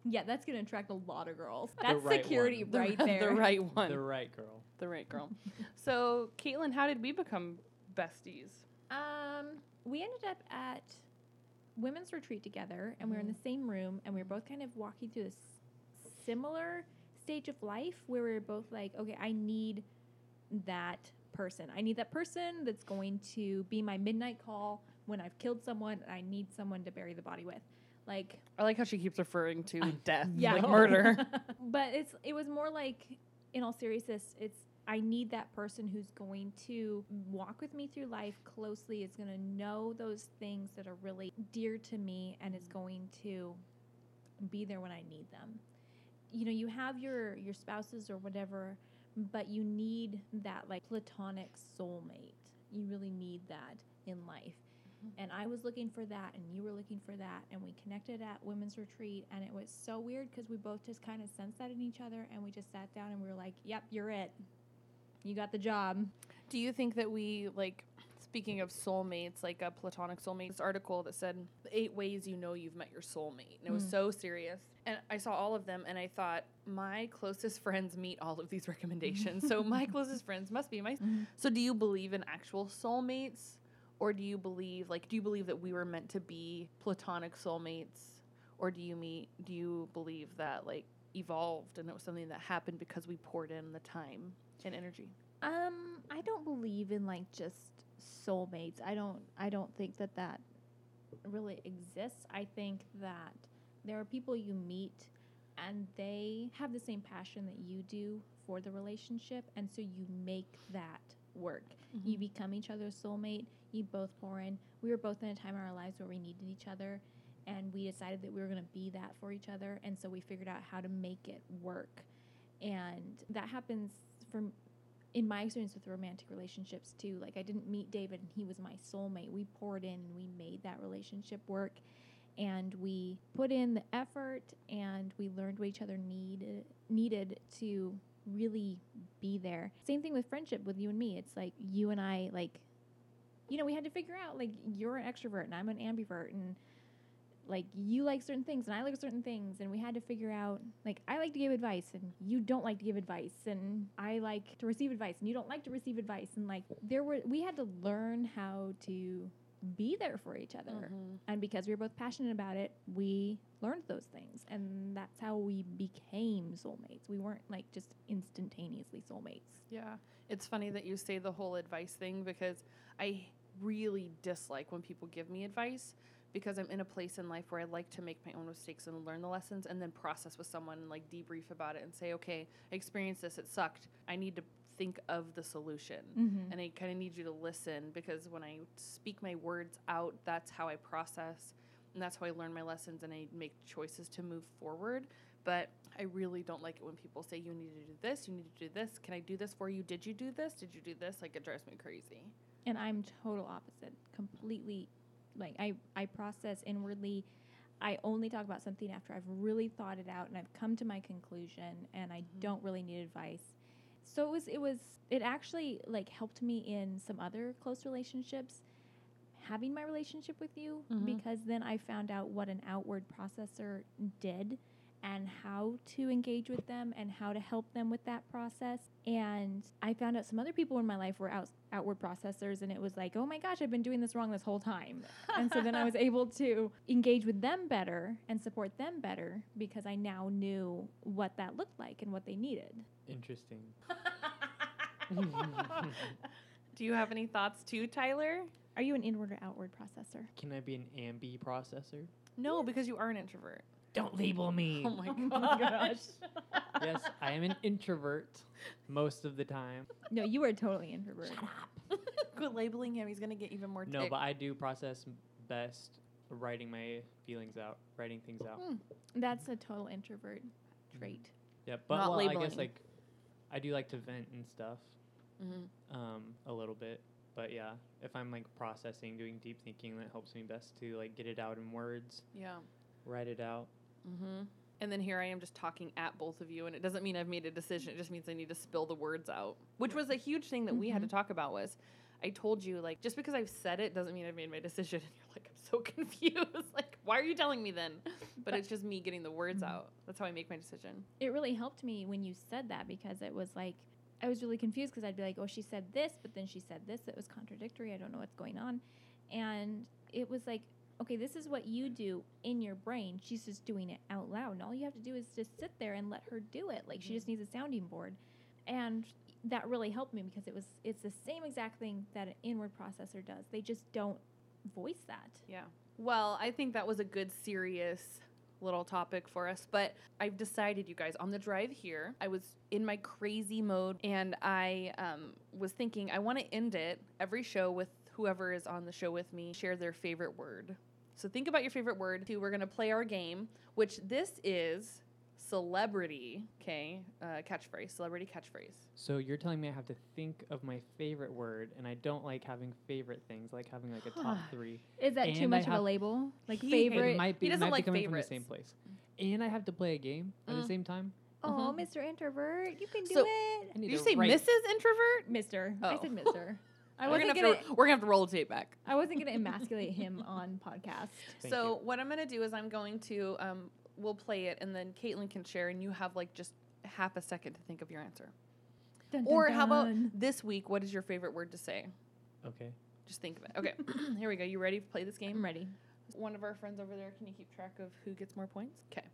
Speaker 3: yeah, that's gonna attract a lot of girls.
Speaker 2: The
Speaker 3: That's
Speaker 2: right
Speaker 3: security
Speaker 2: one.
Speaker 1: the,
Speaker 3: right
Speaker 1: r-
Speaker 3: there.
Speaker 1: The right one.
Speaker 2: The
Speaker 1: The,
Speaker 2: right girl.
Speaker 1: right girl. so, Caitlin, how did we become besties?
Speaker 3: Um, we ended up at women's retreat together, and we were
Speaker 1: Mm-hmm.
Speaker 3: in the same room, and we were both kind of walking through this similar stage of life where we were both like, okay, I need that person. I need that person that's going to be my midnight call when I've killed someone, and I need someone to bury the body with. Like
Speaker 1: I like how she keeps referring to death,
Speaker 3: Yeah.
Speaker 1: like
Speaker 3: No.
Speaker 1: murder.
Speaker 3: but it's it was more like in all seriousness it's i need that person who's going to walk with me through life closely is going to know those things that are really dear to me and is going to be there when i need them you know you have your your spouses or whatever but you need that like platonic soulmate you really need that in life and I was looking for that, and you were looking for that, and we connected at women's retreat, and it was so weird because we both just kind of sensed that in each other, and we just sat down and we were like, "Yep, you're it. You got the job."
Speaker 1: Do you think that we like speaking of soulmates, like a platonic soulmate, this article that said eight ways you know you've met your soulmate. And it was
Speaker 3: Mm.
Speaker 1: so serious. And I saw all of them and I thought, my closest friends meet all of these recommendations. so my closest friends must be my
Speaker 3: Mhm.
Speaker 1: So do you believe in actual soulmates? Or do you believe like do you believe that we were meant to be platonic soulmates? Or do you meet do you believe that like evolved and it was something that happened because we poured in the time and energy?
Speaker 3: Um, I don't believe in like just soulmates. I don't. I don't think that that really exists. I think that there are people you meet, and they have the same passion that you do for the relationship, and so you make that work.
Speaker 1: Mm-hmm.
Speaker 3: You become each other's soulmate. You both pour in. We were both in a time in our lives where we needed each other, and we decided that we were going to be that for each other. And so we figured out how to make it work. And that happens from in my experience with romantic relationships too. Like I didn't meet David, and he was my soulmate. We poured in, and we made that relationship work. And we put in the effort, and we learned what each other needed needed to really be there. Same thing with friendship with you and me. It's like you and I like you know, we had to figure out like you're an extrovert and I'm an ambivert and like you like certain things and I like certain things and we had to figure out like I like to give advice and you don't like to give advice and I like to receive advice and you don't like to receive advice and like there were we had to learn how to be there for each other.
Speaker 1: Mm-hmm.
Speaker 3: And because we were both passionate about it, we learned those things. And that's how we became soulmates. We weren't like just instantaneously soulmates.
Speaker 1: Yeah. It's funny that you say the whole advice thing because I really dislike when people give me advice because I'm in a place in life where I like to make my own mistakes and learn the lessons and then process with someone and like debrief about it and say, okay, I experienced this, it sucked. I need to think of the solution.
Speaker 3: Mm-hmm.
Speaker 1: And I kind of need you to listen because when I speak my words out, that's how I process and that's how I learn my lessons and I make choices to move forward. But I really don't like it when people say, you need to do this, you need to do this. Can I do this for you? Did you do this? Did you do this? Like, it drives me crazy.
Speaker 3: and I'm total opposite, completely. Like I, I process inwardly. I only talk about something after I've really thought it out and I've come to my conclusion, and I
Speaker 1: Mhm.
Speaker 3: don't really need advice. So it was, it was, it actually like helped me in some other close relationships. Having my relationship with you
Speaker 1: Mhm.
Speaker 3: because then I found out what an outward processor did and how to engage with them and how to help them with that process. And I found out some other people in my life were out, outward processors, and it was like, oh my gosh, I've been doing this wrong this whole time. and so then I was able to engage with them better and support them better because I now knew what that looked like and what they needed.
Speaker 2: Interesting.
Speaker 1: do you have any thoughts too, Tyler?
Speaker 3: Are you an inward or outward processor?
Speaker 2: Can I be an ambi processor?
Speaker 1: No, because you are an introvert.
Speaker 2: Don't label me.
Speaker 3: Mm.
Speaker 1: Oh my,
Speaker 2: yes, I am an introvert most of the time.
Speaker 3: No, you are totally introvert.
Speaker 1: Quit labeling him. He's going to get even more
Speaker 2: No,
Speaker 1: ticked.
Speaker 2: but I do process best writing my feelings out, writing things out.
Speaker 1: Mm-hmm.
Speaker 3: That's a total introvert trait.
Speaker 2: Yeah, but
Speaker 1: Not
Speaker 2: well, I
Speaker 1: labeling.
Speaker 2: guess like I do like to vent and stuff
Speaker 1: Mhm.
Speaker 2: um, a little bit. But yeah, if I'm like processing, doing deep thinking, that helps me best to like get it out in words,
Speaker 1: Yeah.
Speaker 2: write it out.
Speaker 1: Mm-hmm. And then here I am just talking at both of you, and it doesn't mean I've made a decision. It just means I need to spill the words out, which was a huge thing that we had to talk about. Was I told you like just because I've said it doesn't mean I've made my decision. And you're like, I'm so confused. like, why are you telling me then? But it's just me getting the words
Speaker 3: Mhm.
Speaker 1: out. That's how I make my decision.
Speaker 3: it really helped me when you said that because it was like I was really confused because I'd be like, "Oh, she said this, but then she said this. It was contradictory. I don't know what's going on." And it was like, "Okay, this is what you do in your brain. She's just doing it out loud, and all you have to do is just sit there and let her do it.
Speaker 2: Mm-hmm.
Speaker 3: Like she just needs a sounding board." And that really helped me because it was it's the same exact thing that an inward processor does. They just don't voice that.
Speaker 1: Yeah. Well, I think that was a good, serious little topic for us. But I've decided, you guys, on the drive here, I was in my crazy mode and I um, was thinking I want to end it every show with whoever is on the show with me, share their favorite word. So think about your favorite word. Too. We're going to play our game, which this is celebrity, okay? Uh, catchphrase, celebrity catchphrase.
Speaker 2: So you're telling me I have to think of my favorite word, and I don't like having favorite things, I like having like a top three.
Speaker 3: Is that too
Speaker 2: And I
Speaker 3: much of a
Speaker 2: have-
Speaker 3: label? Like
Speaker 1: He-
Speaker 2: It
Speaker 3: favorite?
Speaker 2: might
Speaker 1: He
Speaker 2: be, it
Speaker 1: doesn't
Speaker 2: might
Speaker 1: like
Speaker 2: be coming from the same
Speaker 1: favorites.
Speaker 2: place. And I have to play a game at
Speaker 1: Mm.
Speaker 2: the same time. uh-huh.
Speaker 3: Oh,
Speaker 1: Mhm.
Speaker 3: Mr. Introvert, you can do
Speaker 1: So-
Speaker 3: it.
Speaker 2: I need
Speaker 1: Did you
Speaker 2: to
Speaker 1: say
Speaker 2: write.
Speaker 1: Mrs. Introvert?
Speaker 3: Mister. I
Speaker 1: Oh.
Speaker 3: said Mister. I
Speaker 1: we're gonna,
Speaker 3: wasn't
Speaker 1: have
Speaker 3: gonna.
Speaker 1: to, we're gonna have to roll the tape back.
Speaker 3: I wasn't gonna emasculate him on podcast.
Speaker 2: Thank you.
Speaker 1: so what I'm gonna do is I'm going to um, we'll play it and then Caitlin can share and you have like just half a second to think of your answer.
Speaker 3: Dun, dun,
Speaker 1: Or how about
Speaker 3: dun.
Speaker 1: this week? What is your favorite word to say?
Speaker 2: Okay.
Speaker 1: Just think of it. Okay, here we go. You ready to play this
Speaker 3: I'm
Speaker 1: game?
Speaker 3: ready.
Speaker 1: One of our friends over there. Can you keep track of who gets more points? Okay.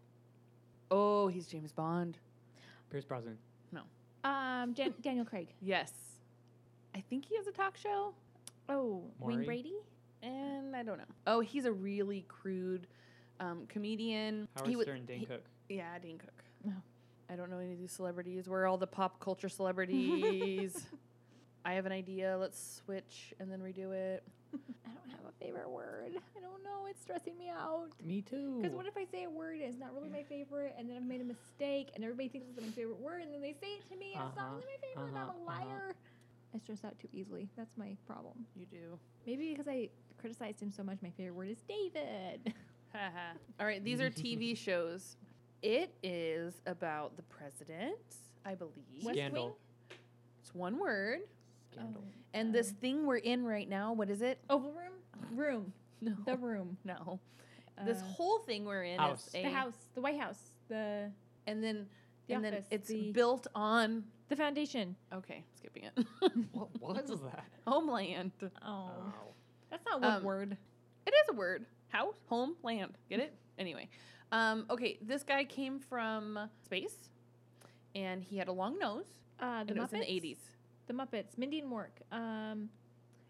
Speaker 1: Oh, he's James Bond.
Speaker 2: Pierce Brosnan.
Speaker 3: Um, Jan- Daniel Craig.
Speaker 1: Yes. I think he has a talk show,
Speaker 3: Oh,
Speaker 2: Maury.
Speaker 3: Wayne Brady.
Speaker 1: and I don't know. Oh, he's a really crude um, comedian.
Speaker 2: Howard
Speaker 1: He wa-
Speaker 2: Stern, Dane
Speaker 1: he-
Speaker 2: Cook.
Speaker 1: Yeah, Dean Cook.
Speaker 3: Oh.
Speaker 1: I don't know any of these celebrities. We're all the pop culture celebrities. I have an idea. Let's switch and then redo it.
Speaker 3: I don't have a favorite word. I don't know. It's stressing me out.
Speaker 2: Me too.
Speaker 3: Because what if I say a word and it's not really my favorite, and then I've made a mistake, and everybody thinks it's my favorite word, and then they say it to me, and it's not
Speaker 2: Uh-huh,
Speaker 3: really my favorite, and I'm a
Speaker 2: uh-huh, uh-huh.
Speaker 3: liar. I stress out too easily. That's my problem.
Speaker 1: You do.
Speaker 3: Maybe because I criticized him so much, my favorite word is David.
Speaker 1: Haha. all right, these are TV shows. It is about the president, I believe.
Speaker 3: West
Speaker 2: Scandal.
Speaker 3: Wing?
Speaker 1: It's one word.
Speaker 2: Scandal.
Speaker 3: Uh.
Speaker 1: And this thing we're in right now, what is it?
Speaker 3: Oh. Oval room? Room.
Speaker 1: No.
Speaker 3: The room.
Speaker 1: no. this
Speaker 3: Uh,
Speaker 1: whole thing we're in
Speaker 2: House.
Speaker 1: is a
Speaker 3: the house, the White House, the
Speaker 1: and then
Speaker 3: the
Speaker 1: and
Speaker 3: office,
Speaker 1: then it's
Speaker 3: the,
Speaker 1: built on
Speaker 3: the foundation.
Speaker 1: Okay, skipping it.
Speaker 2: What was that?
Speaker 1: Homeland.
Speaker 3: Oh,
Speaker 2: Oh.
Speaker 3: that's not one
Speaker 1: Um,
Speaker 3: word.
Speaker 1: It is a word. House, home, land. Get it? Anyway. Um, okay, this guy came from space and he had a long nose.
Speaker 3: Uh,
Speaker 1: and
Speaker 3: the
Speaker 1: it
Speaker 3: Muppets.
Speaker 1: was in the 80s.
Speaker 3: The Muppets, Mindy and Mork. Um,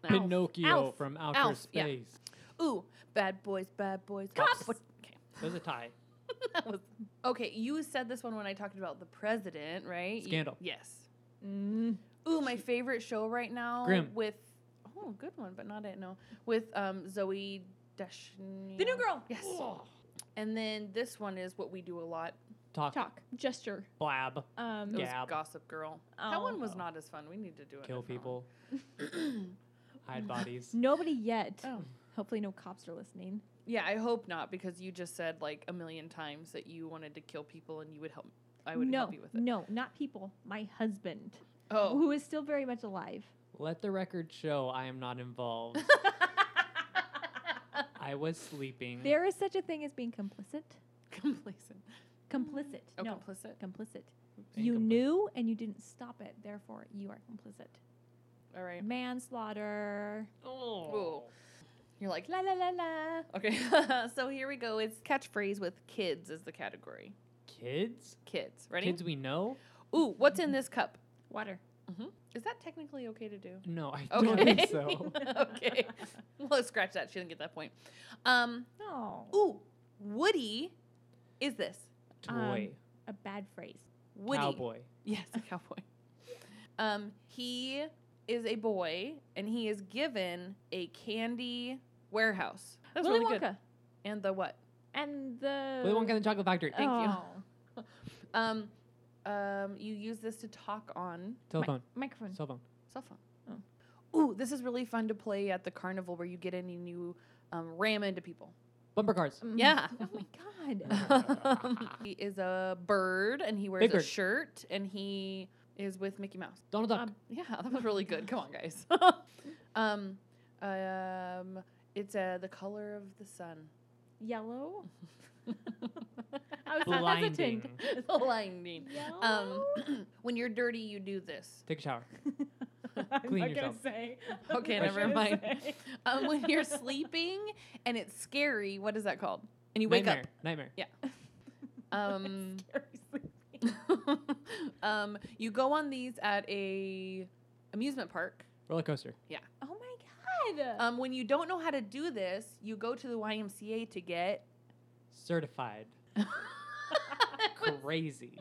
Speaker 1: Alf.
Speaker 2: Pinocchio
Speaker 1: Alf.
Speaker 2: from outer
Speaker 1: Alf, yeah.
Speaker 2: space.
Speaker 1: Ooh, bad boys, bad boys.
Speaker 2: Cops.
Speaker 1: What- Okay.
Speaker 2: There's a tie.
Speaker 1: that was, okay, you said this one when I talked about the president, right? You-
Speaker 2: Scandal.
Speaker 1: yes. Ooh, my favorite show right now
Speaker 2: Grimm.
Speaker 1: with oh, good one, but not it. No, with um Zoe Deschanel.
Speaker 3: The new girl.
Speaker 1: Yes. And then this one is what we do a lot.
Speaker 2: Talk,
Speaker 3: Talk. Gesture.
Speaker 2: blab,
Speaker 3: Um,
Speaker 1: It was
Speaker 2: Gab.
Speaker 1: Gossip Girl. That one was
Speaker 3: Oh.
Speaker 1: not as fun. We need to do it.
Speaker 2: kill
Speaker 1: on a phone.
Speaker 2: people, hide bodies.
Speaker 3: Nobody yet.
Speaker 1: Oh.
Speaker 3: Hopefully, no cops are listening.
Speaker 1: Yeah, I hope not because you just said like a million times that you wanted to kill people and you would help. I would
Speaker 3: no,
Speaker 1: help you with it.
Speaker 3: No, not people. My husband,
Speaker 1: Oh,
Speaker 3: who is still very much alive.
Speaker 2: Let the record show I am not involved. I was sleeping.
Speaker 3: There is such a thing as being complicit.
Speaker 1: complacent.
Speaker 3: Complicit.
Speaker 1: Oh,
Speaker 3: no,
Speaker 1: complicit.
Speaker 3: complicit.
Speaker 2: Being
Speaker 3: You
Speaker 2: compli-
Speaker 3: knew and you didn't stop it. Therefore, you are complicit.
Speaker 1: All right.
Speaker 3: Manslaughter.
Speaker 2: Oh.
Speaker 1: You're like
Speaker 3: La la la la.
Speaker 1: okay. so here we go. It's catchphrase with kids is the category.
Speaker 2: Kids?
Speaker 1: Kids. Ready?
Speaker 2: Kids we know?
Speaker 1: Ooh, what's in this cup?
Speaker 3: Water.
Speaker 1: Is that technically okay to do?
Speaker 2: No, I
Speaker 1: Okay.
Speaker 2: don't think so.
Speaker 1: okay. Well, scratch that. She didn't get that point. Um.
Speaker 3: No.
Speaker 1: Ooh, Woody is this
Speaker 2: Toy.
Speaker 3: A bad phrase.
Speaker 1: Woody?
Speaker 2: Cowboy.
Speaker 1: Yes, a cowboy. um, he is a boy, and he is given a candy warehouse. That's
Speaker 3: Willy
Speaker 1: really
Speaker 3: Wonka.
Speaker 1: good. And the what?
Speaker 3: And the.
Speaker 2: Willy Wonka and the Chocolate Factory.
Speaker 1: Thank you.
Speaker 3: Oh.
Speaker 1: Um, um, you use this to talk on
Speaker 2: Telephone.
Speaker 3: Microphone.
Speaker 2: Cell phone.
Speaker 1: cell phone. Oh. Ooh, this is really fun to play at the carnival where you get in and you um, ram into people.
Speaker 2: Bumper cars.
Speaker 3: Mm.
Speaker 1: Yeah.
Speaker 3: Oh my god.
Speaker 1: he is a bird and he wears
Speaker 2: Big
Speaker 1: a
Speaker 2: bird.
Speaker 1: shirt and he is with Mickey Mouse.
Speaker 2: Donald Duck.
Speaker 3: Um,
Speaker 1: Yeah, that was really good. Come on, guys. um, um, it's uh, the color of the sun.
Speaker 3: Yellow. I was hesitant.
Speaker 2: Blinding.
Speaker 1: Blinding. Um,
Speaker 3: Yellow.
Speaker 1: when you're dirty, you do this.
Speaker 2: Take a shower.
Speaker 3: I'm
Speaker 2: Clean
Speaker 3: not
Speaker 2: yourself.
Speaker 3: gonna say.
Speaker 1: Okay,
Speaker 3: I'm not
Speaker 1: never
Speaker 3: gonna
Speaker 1: mind.
Speaker 3: say.
Speaker 1: Um, when you're sleeping and it's scary, what is that called? And you wake
Speaker 2: Nightmare. Nightmare.
Speaker 1: up. Um,
Speaker 3: Seriously.
Speaker 1: um, you go on these at a amusement park.
Speaker 2: Roller coaster.
Speaker 3: Oh my god.
Speaker 1: Um, when you don't know how to do this, you go to the YMCA to get.
Speaker 2: Certified. Crazy.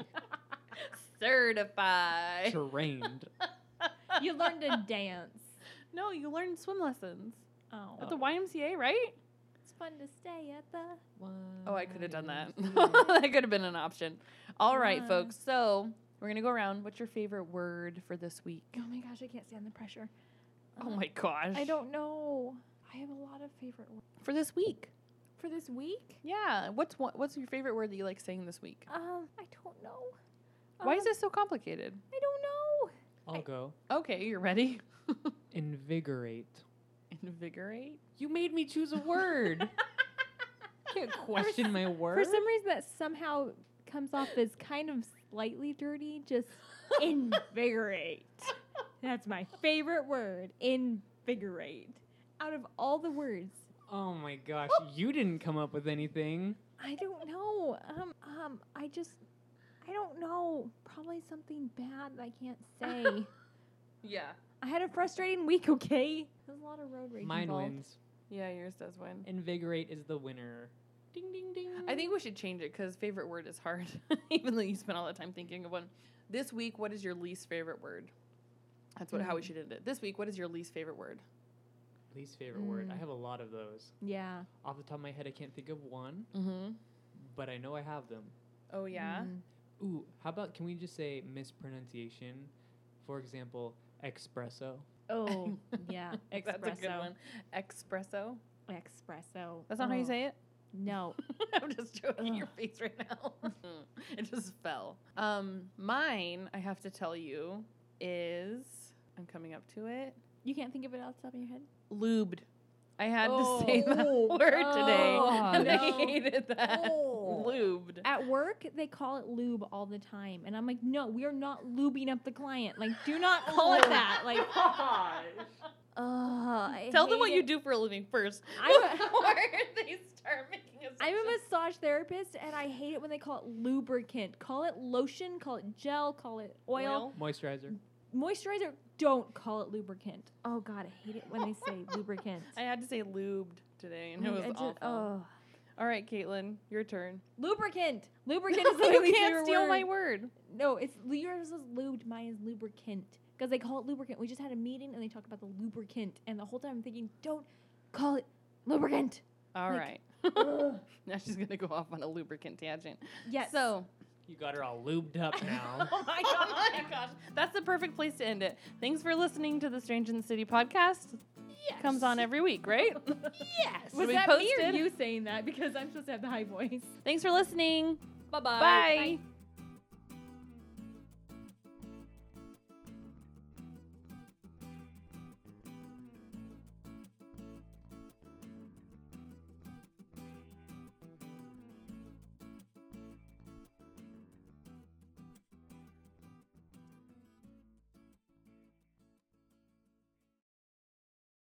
Speaker 1: Certified.
Speaker 2: Trained.
Speaker 3: you learned to dance.
Speaker 1: No, you learn swim lessons
Speaker 3: Oh,
Speaker 1: at the YMCA, right?
Speaker 3: it's fun to stay at the.
Speaker 1: Oh, I could have done that.
Speaker 2: YMCA.
Speaker 1: that could have been an option. All right,
Speaker 3: Yeah.
Speaker 1: folks. So we're gonna go around. What's your favorite word for this week?
Speaker 3: Oh my gosh, I can't stand the pressure.
Speaker 1: Oh my gosh!
Speaker 3: I don't know. Uh-huh. I have a lot of favorite words
Speaker 1: for this week.
Speaker 3: for this week.
Speaker 1: Yeah. What's one, what's your favorite word that you like saying this week?
Speaker 3: Um, I don't know.
Speaker 1: Why is
Speaker 3: Um,
Speaker 1: this so complicated?
Speaker 3: I don't know.
Speaker 2: I'll go.
Speaker 1: Okay, you're ready.
Speaker 2: Invigorate.
Speaker 1: Invigorate.
Speaker 2: You made me choose a word. Can't question my word.
Speaker 3: For some reason, that somehow comes off as kind of slightly dirty. Just invigorate. That's my favorite word. Invigorate. Out of all the words,
Speaker 2: oh my gosh, you didn't come up with anything.
Speaker 3: I don't know. Um, um, I just, I don't know. Probably something bad that I can't say.
Speaker 1: Yeah.
Speaker 3: I had a frustrating week. Okay, there's a lot of road rage
Speaker 2: Mine
Speaker 3: involved.
Speaker 2: wins.
Speaker 1: Yeah, yours does win.
Speaker 2: Invigorate is the winner. Ding ding ding.
Speaker 1: I think we should change it because favorite word is hard, even though you spend all the time thinking of one. This week, what is your least favorite word? That's what how we should end it. This week, what is your least favorite word?
Speaker 2: least favorite word. I
Speaker 3: Mm.
Speaker 2: have a lot of those.
Speaker 3: Yeah.
Speaker 2: Off the top of my head, I can't think of one,
Speaker 1: Mm-hmm.
Speaker 2: but I know I have them.
Speaker 1: Oh yeah.
Speaker 3: Mm.
Speaker 2: Ooh, how about can we just say mispronunciation? For example, espresso.
Speaker 3: Oh yeah. Espresso.
Speaker 1: Mm. That's a good one. Espresso.
Speaker 3: Espresso.
Speaker 1: That's not how you
Speaker 3: Oh,
Speaker 1: say it. Oh.
Speaker 3: No.
Speaker 1: I'm just joking. Your face right now. it just fell. Um, mine, I have to tell you, is I'm coming up to it.
Speaker 3: You can't think of it off the top of your head.
Speaker 1: Lubed. I had
Speaker 3: Oh.
Speaker 1: to say that word today,
Speaker 2: Oh,
Speaker 1: and I
Speaker 3: no.
Speaker 1: hated that.
Speaker 3: Oh.
Speaker 1: Lubed.
Speaker 3: At work, they call it lube all the time, and I'm like, no, we are not lubing up the client. Like, do not call it that. Like, uh, I
Speaker 1: Tell them
Speaker 3: hate
Speaker 1: what you
Speaker 3: it.
Speaker 1: do for a living first
Speaker 3: I'm a-
Speaker 1: before they start making
Speaker 3: I'm a
Speaker 1: assumptions.
Speaker 3: massage therapist, and I hate it when they call it lubricant. Call it lotion, call it gel, call it oil.
Speaker 2: Moisturizer.
Speaker 3: Moisturizer, don't call it lubricant. Oh, God, I hate it when they say lubricant.
Speaker 1: I had to say lubed today, and it
Speaker 3: Like,
Speaker 1: was
Speaker 3: I just-
Speaker 1: awful.
Speaker 3: oh.
Speaker 1: All right, Caitlin, your turn.
Speaker 3: Lubricant.
Speaker 1: you
Speaker 3: Lubricant is my least
Speaker 1: can't
Speaker 3: favorite
Speaker 1: steal
Speaker 3: word.
Speaker 1: my word.
Speaker 3: No, it's yours is lubed, mine is lubricant. because they call it lubricant. We just had a meeting and they talked about the lubricant, and the whole time I'm thinking, don't call it lubricant.
Speaker 1: All right.
Speaker 3: Like- Ugh.
Speaker 1: Now she's gonna go off on a lubricant tangent.
Speaker 3: yes.
Speaker 1: So,
Speaker 2: You got her all lubed up now.
Speaker 1: oh my, gosh, that's the perfect place to end it. Thanks for listening to the Strange in the City podcast. Comes on every week, right?
Speaker 3: yes.
Speaker 1: It'll
Speaker 3: Was
Speaker 1: be
Speaker 3: that me or
Speaker 1: posted.
Speaker 3: you saying that? Because I'm supposed to have the high voice.
Speaker 1: Thanks for listening.
Speaker 3: Bye-bye.
Speaker 1: Bye.
Speaker 3: Bye.